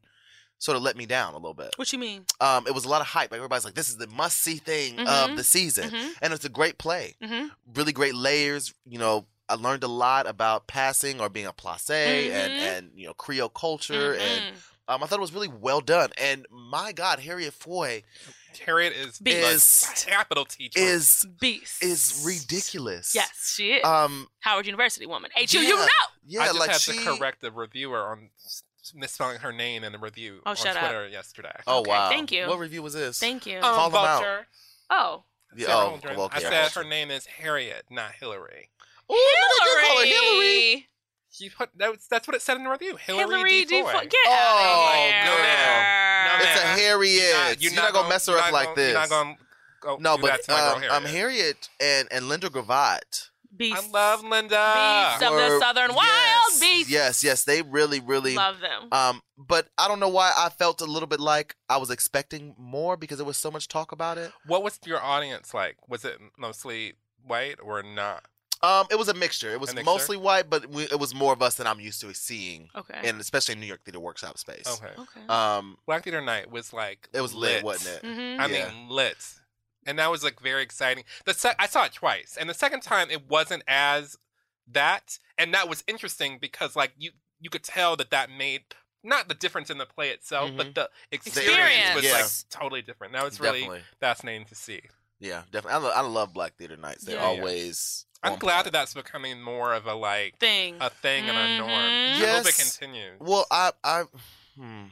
S2: sort of let me down a little bit.
S4: What you mean?
S2: Um, it was a lot of hype. Everybody's like, this is the must see thing
S4: Mhm.
S2: of the season,
S4: Mhm.
S2: and it's a great play
S4: Mm-hmm.
S2: really great layers. You know, I learned a lot about passing or being a place and
S4: Mhm.
S2: and you know Creole culture,
S4: Mm-hmm.
S2: and um, I thought it was really well done. And my God, Harriet Foy
S3: Harriet is
S4: Beast.
S2: Is-
S3: a capital teacher.
S2: is
S4: Beast
S2: is ridiculous.
S4: Yes, she is.
S2: Um.
S4: Howard University woman. HU,
S2: yeah.
S4: you know.
S2: Yeah,
S3: I just
S2: like
S3: had
S2: she.
S3: to correct the reviewer on s- misspelling her name in the review
S4: Oh,
S3: on
S4: shut up.
S3: Twitter yesterday.
S2: Oh
S4: Okay,
S2: wow!
S4: thank you.
S2: What review was this?
S4: Thank you.
S2: call them out.
S3: Vulture.
S4: Um, oh,
S2: Yeah,
S3: Sarah
S2: oh,
S3: Holdren.
S2: well, okay,
S3: I
S2: yeah.
S3: said her name is Harriet, not Hillary.
S2: Ooh, look at you call her
S4: Hillary.
S2: Hillary.
S3: She put that was, that's what it said in the review. Hillary,
S4: Hillary
S3: D. Foy.
S4: Get
S2: Oh,
S4: out of
S2: no,
S4: here.
S3: ma'am. No,
S2: It's a
S3: ma'am.
S2: Harriet. You're not, gonna, mess her
S3: you're
S2: up
S3: not
S2: like
S3: gonna-
S2: this.
S3: You're not gonna go
S2: no,
S3: do
S2: but
S3: that to my girl
S2: um, um,
S3: Harriet.
S2: Harriet and and Linda Gravatt.
S4: Beast.
S3: I love Linda.
S4: Beast of the
S2: were-
S4: Southern Wild
S2: yes,
S4: Beasts.
S2: Yes, yes, they really, really
S4: Love them.
S2: Um, but I don't know why I felt a little bit like I was expecting more because there was so much talk about it.
S3: What was your audience like? Was it mostly white or not?
S2: Um, it was a mixture. It was
S3: mixture?
S2: mostly white, but we, it was more of us than I'm used to seeing,
S4: Okay.
S2: and especially in New York theater workshop space.
S3: Okay.
S4: okay.
S2: Um,
S3: Black Theater Night was like
S2: it was lit, wasn't it?
S4: hmm
S3: I
S2: Yeah.
S3: mean lit. And that was like very exciting. The sec- I saw it twice. And the second time it wasn't as that and that was interesting because like you you could tell that that made not the difference in the play itself, but the experience,
S4: Experience.
S3: was
S2: Yes.
S3: like totally different. That was really
S2: Definitely.
S3: fascinating to see.
S2: Yeah, definitely. I, lo- I love Black Theater Nights. They're
S4: Yeah.
S2: always.
S3: I'm
S2: on
S3: glad
S2: point.
S3: that that's becoming more of a like
S4: Thing.
S2: uh,
S3: a thing and a norm.
S4: Mhm.
S3: I hope it
S2: Yes.
S3: continues.
S2: Well, I, I, hmm,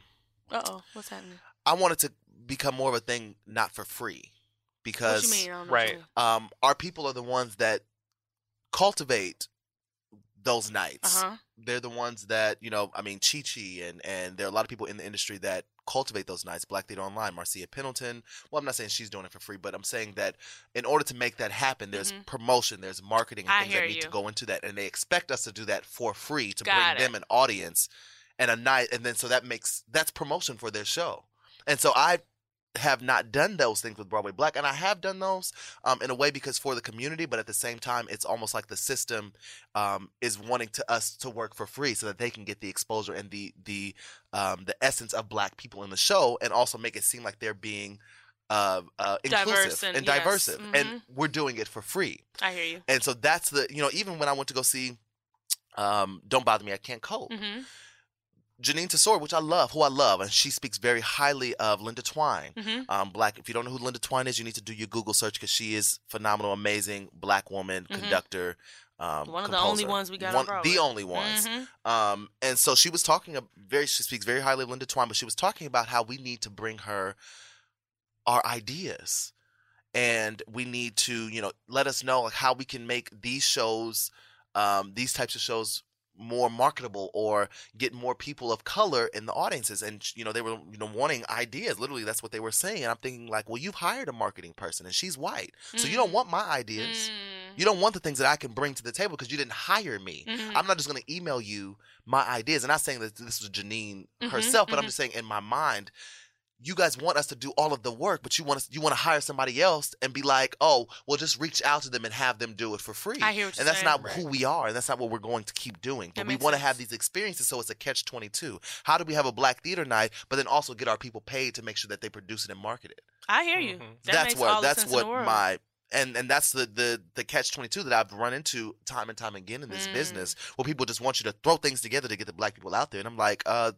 S4: Uh oh. What's happening?
S2: I wanted to become more of a thing, not for free,
S4: What
S2: because
S4: you mean? I don't know what
S3: right.
S4: you mean.
S2: um, our people are the ones that cultivate those nights.
S4: Uh-huh.
S2: They're the ones that you know. I mean, Chi Chi and and there are a lot of people in the industry that cultivate those nights. Black Theater Online, Marcia Pendleton. Well, I'm not saying she's doing it for free, but I'm saying that in order to make that happen, there's
S4: Mhm.
S2: promotion, there's marketing, and
S4: I
S2: things that
S4: hear
S2: need to
S4: you.
S2: go into that, and they expect us to do that for free to
S4: Got
S2: bring them an audience and a night, and then so that makes that's promotion for their show, and so I have not done those things with Broadway Black, and I have done those um, in a way because for the community, but at the same time, it's almost like the system um, is wanting to us to work for free so that they can get the exposure and the the um, the essence of Black people in the show, and also make it seem like they're being uh, uh, inclusive
S4: Diverse and-
S2: and,
S4: yes,
S2: diversive, and
S4: mhm.
S2: we're doing it for free.
S4: I hear you.
S2: And so that's the you know even when I went to go see, um, don't bother me, I can't cope.
S4: Mm-hmm.
S2: Janine Tesoro, which I love, who I love, and she speaks very highly of Linda Twine.
S4: Mhm.
S2: Um, black. If you don't know who Linda Twine is, you need to do your Google search because she is phenomenal, amazing black woman
S4: Mhm.
S2: conductor. um,
S4: One of the only
S2: composer.
S4: ones we got on
S2: One,
S4: Broadway.
S2: the only ones.
S4: Mhm.
S2: Um, and so she was talking a very. She speaks very highly of Linda Twine, but she was talking about how we need to bring her our ideas, and we need to, you know, let us know like, how we can make these shows, um, these types of shows, more marketable or get more people of color in the audiences. And you know, they were you know wanting ideas. Literally, that's what they were saying. And I'm thinking like, well, you've hired a marketing person, and she's white, so you don't
S4: Mm-hmm.
S2: want my ideas.
S4: Mm.
S2: You don't want the things that I can bring to the table because you didn't hire me.
S4: Mhm.
S2: I'm not just going to email you my ideas. And not saying that this was Janine
S4: Mhm,
S2: herself, but
S4: mhm.
S2: I'm just saying in my mind, you guys want us to do all of the work, but you want us, you want to hire somebody else and be like, oh, well, just reach out to them and have them do it for free.
S4: I hear what you're
S2: and that's
S4: saying.
S2: not who we are, and that's not what we're going to keep doing.
S4: That
S2: But we
S4: makes
S2: want to have
S4: sense.
S2: these experiences, so it's a catch twenty two. How do we have a black theater night, but then also get our people paid to make sure that they produce it and market it?
S4: I hear you.
S3: Mhm.
S4: That
S2: Mm-hmm. that's
S4: makes
S2: what
S4: all the
S2: that's
S4: sense in
S2: what
S4: the world.
S2: my and and that's the the the catch 22 that I've run into time and time again in this
S4: Mm.
S2: business where people just want you to throw things together to get the black people out there and I'm like uh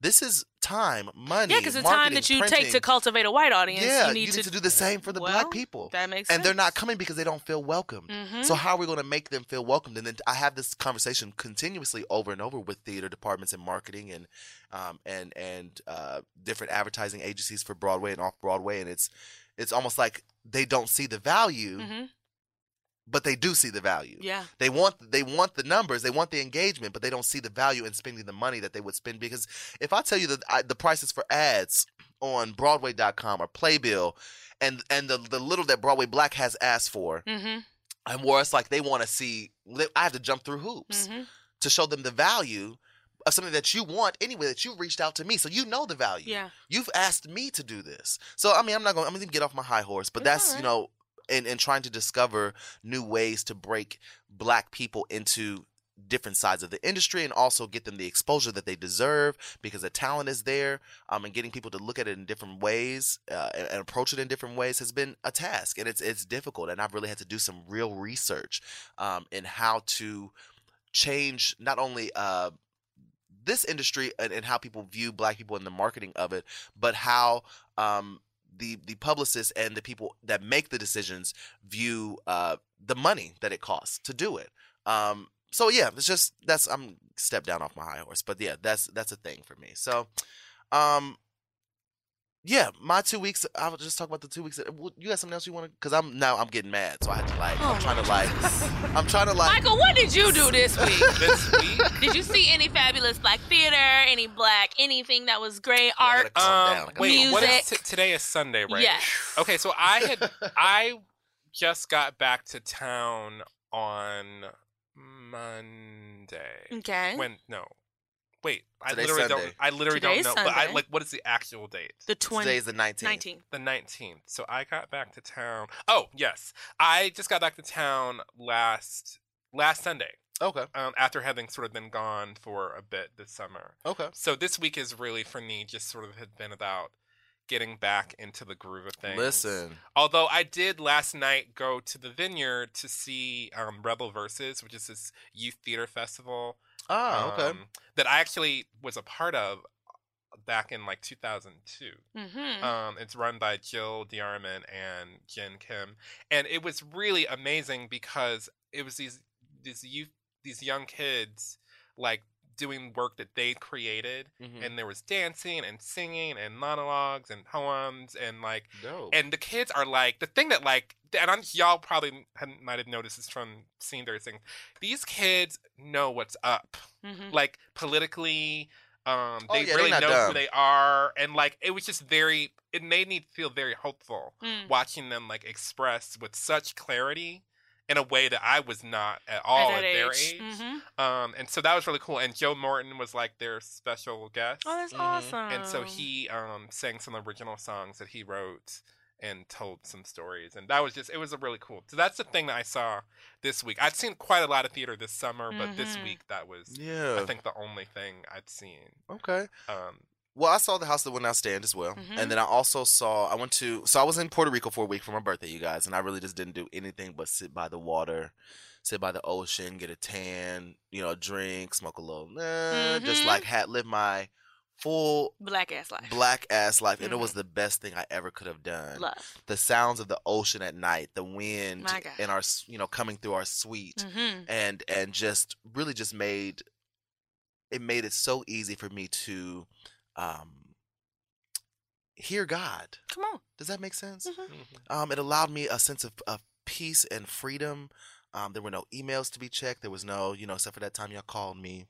S2: this is time money
S4: yeah, because the time
S2: marketing,
S4: that you
S2: printing.
S4: take to cultivate a white audience,
S2: yeah
S4: you need, to,
S2: do the same for the
S4: Well,
S2: black people
S4: That makes sense.
S2: and they're not coming because they don't feel welcomed.
S4: Mhm.
S2: So how are we going to make them feel welcomed? And then I have this conversation continuously over and over with theater departments and marketing and um, and and uh, different advertising agencies for Broadway and off Broadway, and it's it's almost like they don't see the value,
S4: Mhm.
S2: but they do see the value.
S4: Yeah.
S2: They want they want the numbers, they want the engagement, but they don't see the value in spending the money that they would spend because if I tell you that I, the prices for ads on broadway.com or playbill and and the, the little that Broadway Black has asked for
S4: Mm-hmm.
S2: and where it's like they want to see they- I have to jump through hoops
S4: Mm-hmm.
S2: to show them the value of something that you want anyway that you reached out to me so you know the value.
S4: Yeah.
S2: You've asked me to do this. So I mean I'm not going I'm going to get off my high horse but
S4: It's all
S2: that's
S4: right.
S2: you know and and trying to discover new ways to break black people into different sides of the industry and also get them the exposure that they deserve because the talent is there um, and getting people to look at it in different ways uh, and, and approach it in different ways has been a task and it's it's difficult and I've really had to do some real research um, in how to change not only uh, this industry and, and how people view black people in the marketing of it but how um, the the publicists and the people that make the decisions view uh, the money that it costs to do it um, so yeah it's just that's I'm step down off my high horse but yeah that's that's a thing for me so um yeah, my two weeks. I was just talking about the two weeks. that- well, You got something else you want to? Because I'm now I'm getting mad, so I have to like. I'm trying to like. I'm trying to like.
S4: Michael, what did you do this week?
S3: this week,
S4: did you see any fabulous black theater, any black anything that was great
S2: I gotta
S4: art?
S2: calm
S3: um,
S2: down. I gotta
S3: wait, what
S4: Music.
S3: is t- today? Is Sunday, right?
S4: Yes.
S3: Okay, so I had I just got back to town on Monday.
S4: Okay.
S3: When no, wait, I
S2: Today's
S3: literally don't.
S2: Sunday.
S3: I literally
S4: Today's
S3: don't know. But I
S4: Sunday.
S3: like, what is the actual date?
S4: the 20,
S2: Today's the 19th.
S4: 19.
S3: The 19th. So I got back to town. Oh, yes. I just got back to town last last Sunday
S2: Okay.
S3: um, after having sort of been gone for a bit this summer.
S2: Okay.
S3: So this week is really for me just sort of had been about getting back into the groove of things.
S2: Listen.
S3: Although I did last night go to the Vineyard to see um, Rebel Versus, which is this youth theater festival
S2: Ah, okay.
S3: um, that I actually was a part of uh, back in like 2002.
S4: Mm-hmm.
S3: Um, it's run by Jill Diarman and Jin Kim, and it was really amazing because it was these these youth these young kids like doing work that they created,
S2: Mhm.
S3: and there was dancing and singing and monologues and poems and like
S2: Dope.
S3: and the kids are like the thing that like and I'm y'all probably have, might have noticed this from seeing their things. These kids know what's up
S4: mm-hmm.
S3: like politically um
S2: Oh,
S3: they
S2: yeah, they're
S3: really know
S2: not
S3: who
S2: dumb.
S3: they are and like it was just very it made me feel very hopeful
S4: Mm.
S2: Mm.
S3: watching them like express with such clarity in a way that I was not at all at, their age
S2: Mm-hmm.
S4: hmm
S3: um and so that was really cool and Joe Morton was like their special guest
S4: Oh, that's
S2: Mhm.
S4: awesome.
S3: and so he um sang some original songs that he wrote and told some stories and that was just it was a really cool so that's the thing that I saw this week I'd seen quite a lot of theater this summer but this
S2: Mm-hmm.
S4: Mhm.
S3: week that was
S2: yeah.
S3: I think the only thing I'd seen.
S2: okay.
S3: Um,
S2: Well, I saw the house that will now stand as well,
S4: Mhm.
S2: and then I also saw. I went to. So I was in Puerto Rico for a week for my birthday, you guys, and I really just didn't do anything but sit by the water, sit by the ocean, get a tan, you know, drink, smoke a little, nah, just
S4: Mhm.
S2: like hat, live my full
S4: Black ass life.
S2: black ass life, and it was the best thing I ever could have done.
S4: Love.
S2: The sounds of the ocean at night, the wind,
S4: My God.
S2: and our s- you know coming through our suite,
S4: Mm-hmm.
S2: and and just really just made it made it so easy for me to um, hear God.
S4: Come on.
S2: Does that make sense?
S4: Mhm.
S2: Um, it allowed me a sense of, of peace and freedom. Um, there were no emails to be checked. There was no, you know, except for that time y'all called me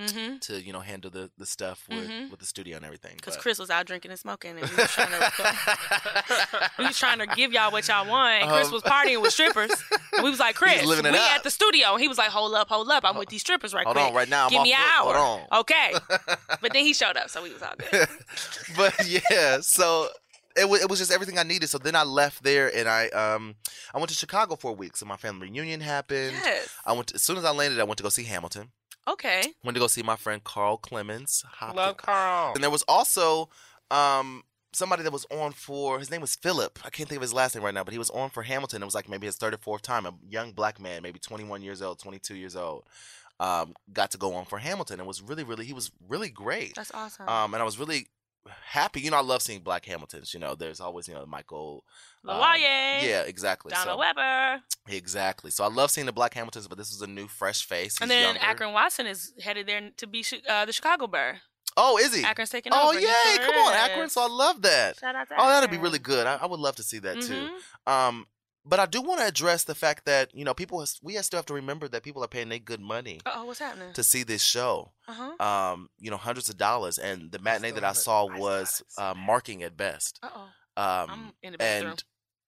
S4: Mm-hmm.
S2: to, you know, handle the, the stuff with,
S4: Mhm.
S2: with the studio and everything.
S4: Because
S2: but-
S4: Chris was out drinking and smoking, and we was trying to, we was trying to give y'all what y'all want. And Chris
S2: Um,
S4: was partying with strippers. And we was like, Chris,
S2: He's living it
S4: we
S2: up.
S4: at the studio. And he was like, Hold up, hold up. I'm with these strippers right
S2: Hold
S4: quick.
S2: on, right now. I'm
S4: Give
S2: off
S4: me an
S2: work.
S4: hour. Oh,
S2: Hold on.
S4: Okay. But then he showed up, so we was all good.
S2: but yeah, so it, wa it was just everything I needed. So then I left there and I um I went to Chicago for a week. So my family reunion happened.
S4: Yes.
S2: I went to, as soon as I landed, I went to go see Hamilton.
S4: Okay.
S2: Went to go see my friend Carl Clemens. Hopkins-
S3: Love Carl.
S2: And there was also um somebody that was on for his name was Philip. I can't think of his last name right now, but he was on for Hamilton. It was like maybe his third or fourth time. A young black man, maybe 21 years old, 22 years old, um, got to go on for Hamilton. It was really, really he was really great.
S4: That's awesome.
S2: Um, and I was really happy. You know, I love seeing black Hamiltons. You know, there's always you know Michael. um,
S4: Lawaye.
S2: yeah, exactly.
S4: Donna
S2: so,
S4: Weber.
S2: Exactly. So I love seeing the black Hamiltons, but this was a new, fresh face.
S4: And
S2: He's
S4: then
S2: younger.
S4: Akron Watson is headed there to be Chi- uh, the Chicago Bear.
S2: Oh, is he?
S4: Akron's taking
S2: Oh,
S4: over. He
S2: yay!
S4: sure
S2: Come on,
S4: is.
S2: Akron. So I love that.
S4: Shout out to
S2: Oh, that'd be
S4: Akron.
S2: really good. I, I would love to see that too.
S4: Mhm.
S2: Um, but I do want to address the fact that you know people has, we still have to remember that people are paying their good money
S4: Uh-oh, what's happening?
S2: to see this show.
S4: Uh-huh.
S2: Um, you know, hundreds of dollars, and the matinee
S3: still
S2: that I
S3: haven't-
S2: saw
S3: I still
S2: was
S3: haven't seen
S2: uh,
S3: that.
S2: marking at best.
S4: Uh-oh.
S2: Um,
S4: I'm in the bathroom.
S2: and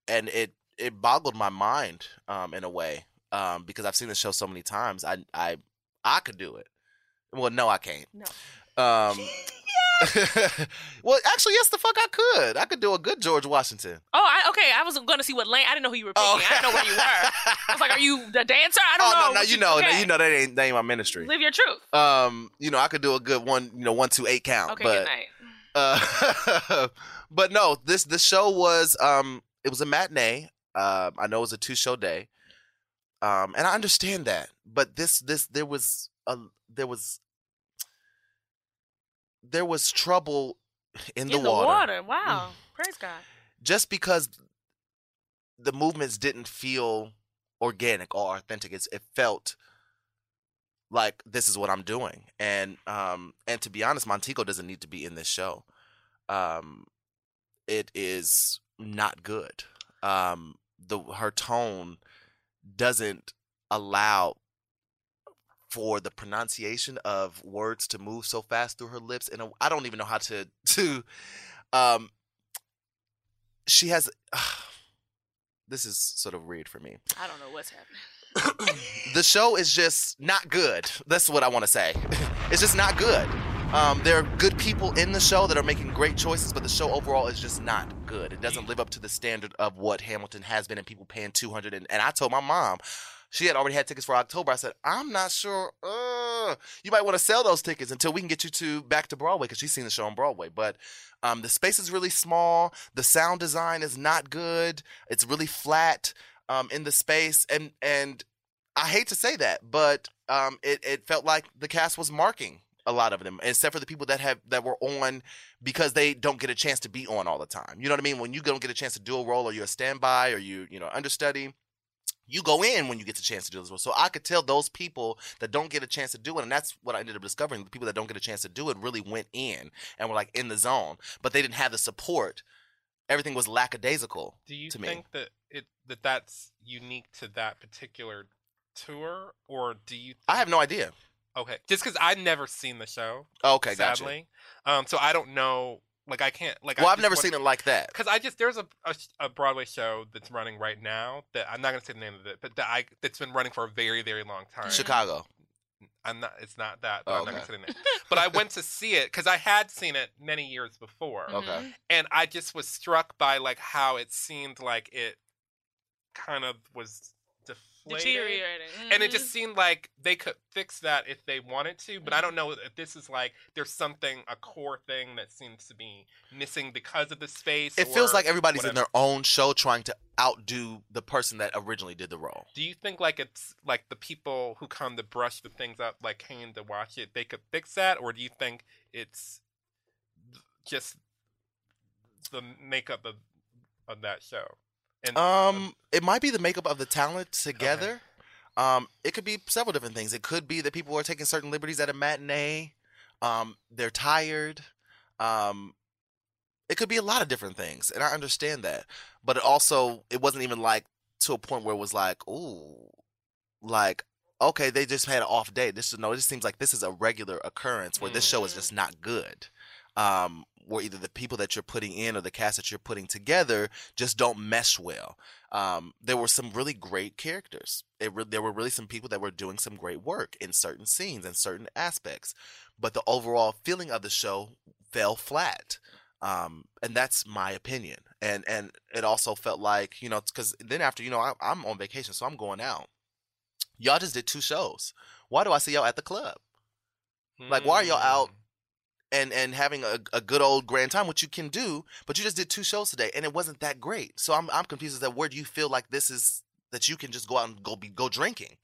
S2: and it it boggled my mind um in a way um because I've seen the show so many times. I I I could do it. Well, no, I can't.
S4: No.
S2: Um. well, actually, yes, the fuck I could. I could do a good George Washington.
S4: Oh, I, okay. I was going to see what lane. I didn't know who you were picking. I didn't know where you were. I was like, are you the dancer? I don't
S2: oh
S4: know.
S2: no, no,
S4: what
S2: you know, no,
S4: okay.
S2: you know that ain't that ain't my ministry.
S4: Live your truth.
S2: Um, you know, I could do a good one, you know, one two eight count.
S4: Okay,
S2: but,
S4: good night.
S2: Uh, but no, this the show was um it was a matinee. Um, I know it was a two show day. Um, and I understand that, but this this there was a there was there was trouble in the,
S4: in the
S2: water. Mm.
S4: water. Wow. Praise God.
S2: just because the movements didn't feel organic or authentic. It's, it felt like this is what I'm doing, and um, and to be honest, Montego doesn't need to be in this show. Um, it is not good. Um, the her tone doesn't allow for the pronunciation of words to move so fast through her lips, and I don't even know how to to. Um, she has. this is sort of weird for me.
S4: I don't know what's happening.
S2: The show is just not good. That's what I want to say. it's just not good. Um, there are good people in the show that are making great choices, but the show overall is just not good. It doesn't live up to the standard of what Hamilton has been, and people paying two hundred. And, and I told my mom, she had already had tickets for October. I said, I'm not sure. Uh, you might want to sell those tickets until we can get you to back to Broadway because she's seen the show on Broadway. But um, the space is really small. The sound design is not good. It's really flat um, in the space, and and I hate to say that, but um, it it felt like the cast was marking a lot of them, except for the people that have that were on because they don't get a chance to be on all the time. You know what I mean? When you don't get a chance to do a role, or you're a standby, or you you know understudy, you go in when you get the chance to do this role. So I could tell those people that don't get a chance to do it, and that's what I ended up discovering. The people that don't get a chance to do it really went in and were like in the zone, but they didn't have the support. Everything was lackadaisical.
S3: Do you
S2: to me.
S3: think that it that that's unique to that particular tour, or do you?
S2: I have no idea.
S3: Okay, just because I've never seen the show,
S2: Okay, gotcha.
S3: sadly, um, so I don't know. Like I can't. Like
S2: Well, I've never seen it like that.
S3: Because I just there's a, a sh- a Broadway show that's running right now that I'm not gonna say the name of it, but that I that's been running for a very very long time.
S2: Chicago.
S3: I'm not. It's not that. But
S2: Oh,
S3: I'm not
S2: okay.
S3: gonna say the name. but I went to see it because I had seen it many years before.
S4: Mm-hmm.
S2: Okay.
S3: and I just was struck by like how it seemed like it kind of was deflated.
S4: Deteriorating.
S3: And it
S4: Mhm.
S2: Mm-hmm.
S3: just seemed like they could fix that if they wanted to, but I don't know if this is like there's something a core thing that seems to be missing because of the space.
S2: It feels
S3: or
S2: like everybody's in
S3: whatever.
S2: their own show trying to outdo the person that originally did the role.
S3: Do you think like it's like the people who come to brush the things up, like came to watch it, they could fix that, or do you think it's just the makeup of of that show? And
S2: Um, it might be the makeup of the talent together. Um, it could be several different things. It could be that people are taking certain liberties at a matinee. Um, they're tired. Um, it could be a lot of different things, and I understand that. But it also, it wasn't even like to a point where it was like, ooh, like okay, they just had an off day. This is no, it just seems like this is a regular occurrence where this show is just not good. Um, where either the people that you're putting in or the cast that you're putting together just don't mesh well. Um, there were some really great characters. It re- there were really some people that were doing some great work in certain scenes and certain aspects, but the overall feeling of the show fell flat. Um, and that's my opinion. And and it also felt like you know because then after you know I, I'm on vacation, so I'm going out. Y'all just did two shows. Why do I see y'all at the club? Like, why are y'all out and and having a, a good old grand time, which you can do, but you just did two shows today and it wasn't that great. So I'm I'm confused as that where do you feel like this is that you can just go out and go be go drinking?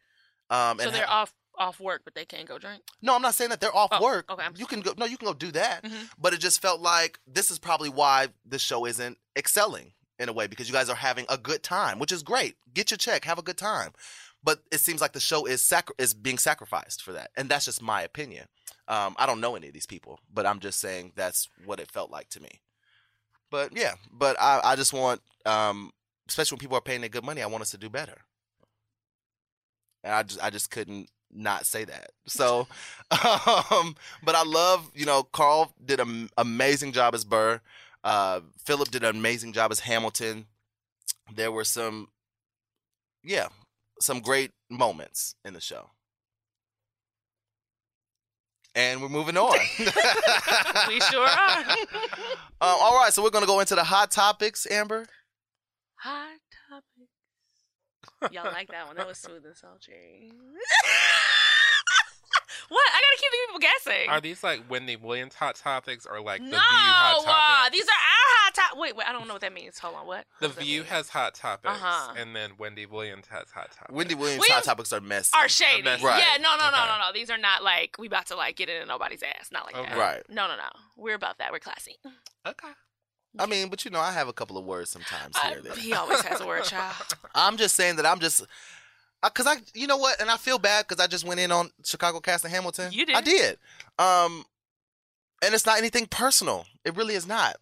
S2: Um,
S4: So
S2: and
S4: they're
S2: ha-
S4: off off work, but they can't go drink.
S2: no, I'm not saying that they're off
S4: Oh,
S2: work.
S4: okay, I'm
S2: You can go no, you can go do that.
S4: Mhm.
S2: But it just felt like this is probably why the show isn't excelling in a way because you guys are having a good time, which is great. Get your check, have a good time. But it seems like the show is sacri- is being sacrificed for that, and that's just my opinion. Um, I don't know any of these people, but I'm just saying that's what it felt like to me. But yeah, but I, I just want, um, especially when people are paying their good money, I want us to do better. And I just I just couldn't not say that. So, um, but I love you know Carl did an amazing job as Burr. Uh, Philip did an amazing job as Hamilton. There were some, yeah, some great moments in the show. And we're moving on.
S4: We sure are.
S2: Um, all right, so we're gonna go into the hot topics, Amber.
S4: Hot topics. Y'all like that one? That was smooth and sultry. what? I gotta keep the people guessing.
S3: Are these like Wendy Williams hot topics or like the
S4: no,
S3: View hot
S4: uh,
S3: topics?
S4: these are our hot top. Wait, wait. I don't know what that means. Hold on. What? What does
S3: the
S4: that
S3: View
S4: mean?
S3: has hhot topics,
S4: Uh-huh.
S3: and then Wendy Williams has hot topics.
S2: Wendy Williams' hot
S4: Williams-
S2: topics are messy.
S4: are shady.
S3: messy.
S2: Right.
S4: Yeah. No, no, no,
S3: Okay.
S4: no, no. These are not like we about to like get into nobody's ass. Not like that.
S3: Okay.
S2: Right.
S4: No, no, no. We're above that. We're classy.
S3: Okay.
S2: I mean, but you know, I have a couple of words sometimes
S4: Uh,
S2: here. and there.
S4: he always has a word, child.
S2: I'm just saying that I'm just because I, you know what, and I feel bad because I just went in on Chicago Cast and Hamilton.
S4: You did.
S2: I did. Um, and it's not anything personal. It really is not.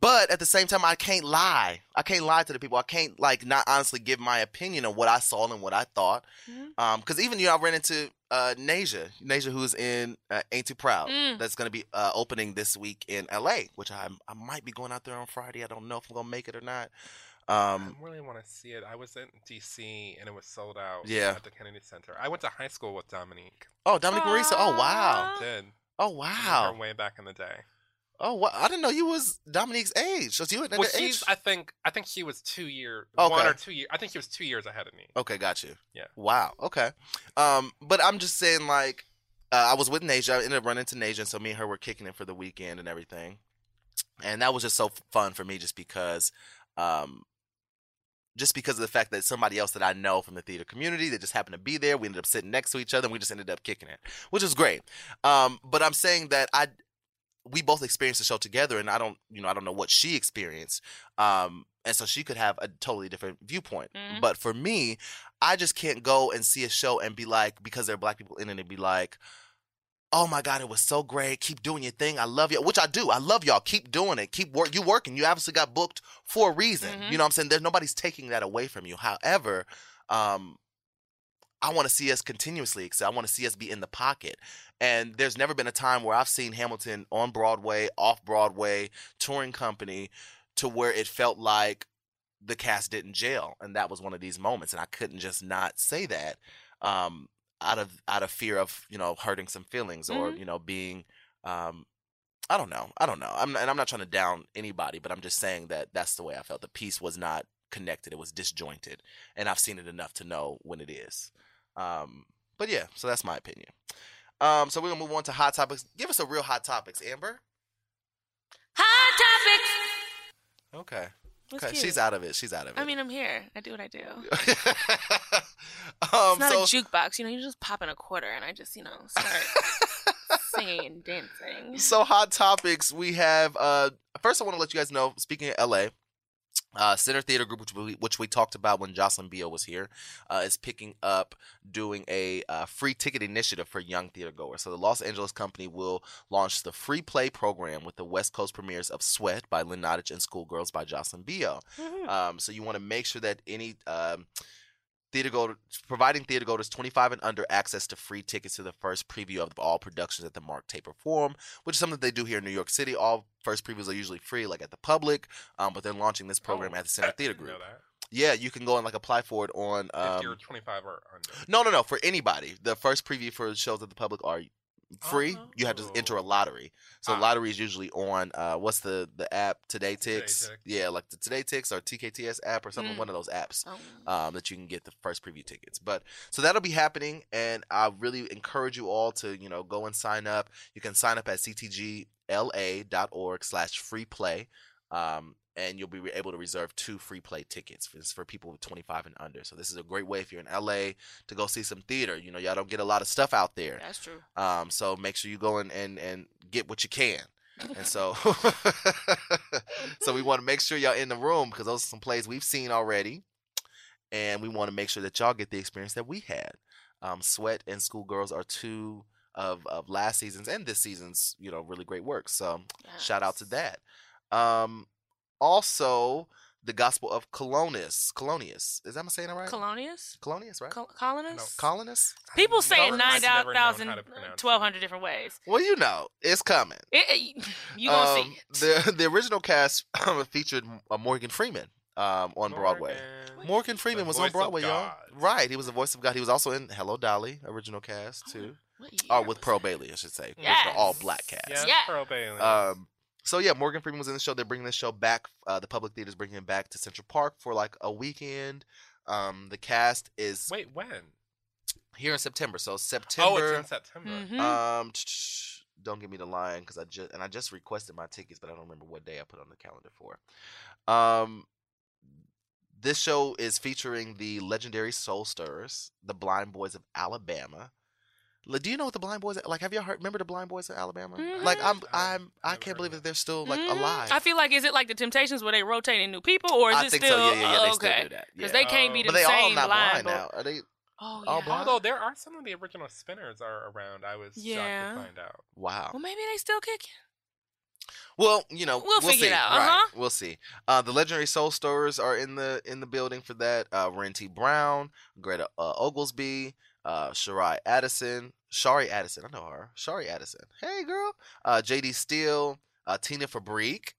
S2: But at the same time, I can't lie. I can't lie to the people. I can't like not honestly give my opinion of what I saw and what I thought.
S4: Mm-hmm.
S2: Um, because even you know, I ran into uh Nasia, Nasia who's in uh, Ain't Too Proud.
S4: Mm.
S2: That's gonna be uh, opening this week in L.A., which I I might be going out there on Friday. I don't know if I'm gonna make it or not.
S3: I
S2: Um,
S3: really want to see it. I was in DC and it was sold out
S2: Yeah.
S3: at the Kennedy Center. I went to high school with Dominique.
S2: oh, Dominique Marisa. Oh wow.
S4: Aw.
S3: Did
S2: Oh
S3: Her
S2: wow!
S3: way back in the day.
S2: Oh wow! I didn't know you was Dominique's age. Was you at
S3: Well,
S2: the age?
S3: she's. I think. I think she was two year. One
S2: Okay.
S3: or two years. I think she was two years ahead of me.
S2: okay, got you.
S3: Yeah.
S2: Wow. Okay. Um, but I'm just saying, like, uh, I was with Nasia. I ended up running into Nasia, so me and her were kicking it for the weekend and everything, and that was just so f- fun for me, just because, um, just because of the fact that somebody else that I know from the theater community that just happened to be there, we ended up sitting next to each other, and we just ended up kicking it, which was great. Um, but I'm saying that I, we both experienced the show together, and I don't, you know, I don't know what she experienced, um, and so she could have a totally different viewpoint.
S4: Mhm.
S2: But for me, I just can't go and see a show and be like, because there are black people in it, and be like. Oh my God, it was so great. Keep doing your thing. I love you, which I do. I love y'all. Keep doing it. Keep work. You working. You obviously got booked for a reason.
S4: Mhm.
S2: You know what I'm saying? There's nobody's taking that away from you. However, um, I want to see us continuously excel. I want to see us be in the pocket. And there's never been a time where I've seen Hamilton on Broadway, off Broadway, touring company, to where it felt like the cast didn't jail. And that was one of these moments. And I couldn't just not say that um, out of out of fear of you know hurting some feelings or
S4: Mhm.
S2: you know being. Um, I don't know. I don't know. I'm not, and I'm not trying to down anybody, but I'm just saying that that's the way I felt. The piece was not connected. It was disjointed, and I've seen it enough to know when it is. Um, but yeah, so that's my opinion. Um, so we're gonna move on to hot topics. Give us a real hot topics, Amber.
S4: Hot topics.
S2: Okay.
S4: That's
S2: okay.
S4: cute.
S2: She's out of it. She's out of it.
S4: I mean, I'm here. I do what I do.
S2: um,
S4: It's not
S2: so Um,
S4: a jukebox. You know, you just pop in a quarter and I just, you know, start and dancing.
S2: So hot topics. We have uh first I want to let you guys know, speaking of LA, uh, Center Theater Group, which we, which we talked about when Jocelyn Beal was here, uh, is picking up doing a uh, free ticket initiative for young theater goers. So the Los Angeles company will launch the free play program with the West Coast premieres of Sweat by Lynn Nottage and Schoolgirls by Jocelyn Beal.
S3: Mm-hmm.
S2: Um, so you want to make sure that any um, theater go providing theater goers 25 and under access to free tickets to the first preview of all productions at the Mark Taper Forum, which is something they do here in New York City. All first previews are usually free, like at the public, um, but they're launching this program
S3: Oh,
S2: at the Center Theater
S3: didn't
S2: Group.
S3: Know that.
S2: Yeah, you can go and like apply for it on.
S3: if you're
S2: Um,
S3: 25 or under.
S2: no, no, no. For anybody, the first preview for shows at the public are free. You have to
S3: Oh.
S2: enter a lottery. So
S3: Ah.
S2: lottery is usually on uh, what's the the app Today
S3: Today
S2: Ticks?
S3: Tick.
S2: Yeah, like the Today Ticks or TKTS app or something.
S4: Mm.
S2: One of those apps
S4: Oh.
S2: um, that you can get the first preview tickets. But so that'll be happening, and I really encourage you all to you know go and sign up. You can sign up at ctgla.org slash free play. Um, and you'll be re- able to reserve two free play tickets for, for people with 25 and under. So this is a great way if you're in LA to go see some theater. You know, y'all don't get a lot of stuff out there.
S4: That's true.
S2: Um, so make sure you go and and, and get what you can. And so, so we want to make sure y'all in the room because those are some plays we've seen already, and we want to make sure that y'all get the experience that we had. Um, Sweat and Schoolgirls are two of of last season's and this season's you know really great work. So shout out to
S4: Yes.
S2: that. Um, also, the Gospel of Colonius. Colonius is that am I saying it right?
S4: Colonius?
S2: Colonius, right?
S4: Col- colonists?
S2: Colonius.
S4: People say it
S2: Colonists? I've
S4: 9,000, 1,200 different ways.
S2: Well, you know, it's coming.
S4: It, it, you gonna
S2: Um,
S4: see it.
S2: The the original cast featured uh, Morgan Freeman um, on Broadway. Morgan Freeman
S3: The
S2: was
S3: voice
S2: on
S3: of
S2: Broadway, y'all.
S3: God.
S2: Right, he was the voice of God. He was also in Hello Dolly, original cast too. Or
S4: What year
S2: oh, with
S4: Oh, was
S2: Pearl
S4: that?
S2: Bailey, I should say.
S4: Yes.
S2: all black cast.
S3: Yeah,
S4: Yeah.
S3: Pearl Bailey.
S2: Um, so yeah, Morgan Freeman was in the show. They're bringing this show back. Uh, the public theater's bringing it back to Central Park for like a weekend. Um, the cast is
S3: Wait, when?
S2: here in September. So September.
S3: Oh, it's in September.
S4: Mhm.
S2: Um, don't get me the line because I just and I just requested my tickets, but I don't remember what day I put on the calendar for. Um, this show is featuring the legendary Soul Stirrers, the Blind Boys of Alabama. Like, Do you know what the Blind Boys like? Have y'all heard? Remember the Blind Boys of Alabama? Like I'm,
S3: Mhm.
S2: I'm, I
S3: Never heard
S2: can't
S3: of
S2: believe
S3: that.
S2: that they're still like
S4: Mhm.
S2: alive.
S4: Mm-hmm. I feel like is it like the Temptations where they rotating new people, or is
S2: I
S4: it
S2: think
S4: still
S2: so. Yeah, yeah, yeah. They
S4: okay?
S2: still do that. Yeah.
S4: Because they can't be
S3: Um,
S4: the
S2: but they
S4: same
S2: all not
S4: line,
S2: blind
S4: but-
S2: now. Are they?
S4: Oh yeah.
S2: All blind?
S3: Although there are some of the original spinners are around. I was
S4: Yeah.
S3: shocked to find out.
S2: Wow.
S4: Well, maybe they still kicking.
S2: Well, you know,
S4: We'll
S2: see.
S4: figure it out,
S2: Right.
S4: uh-huh.
S2: We'll see. Uh, the legendary soul stirrers are in the in the building for that. Uh, Renty Brown, Greta uh, Oglesby, uh, Shari Addison, Shari Addison. I know her. Shari Addison. Hey, girl. Uh, J.D. Steele, uh, Tina Fabrique.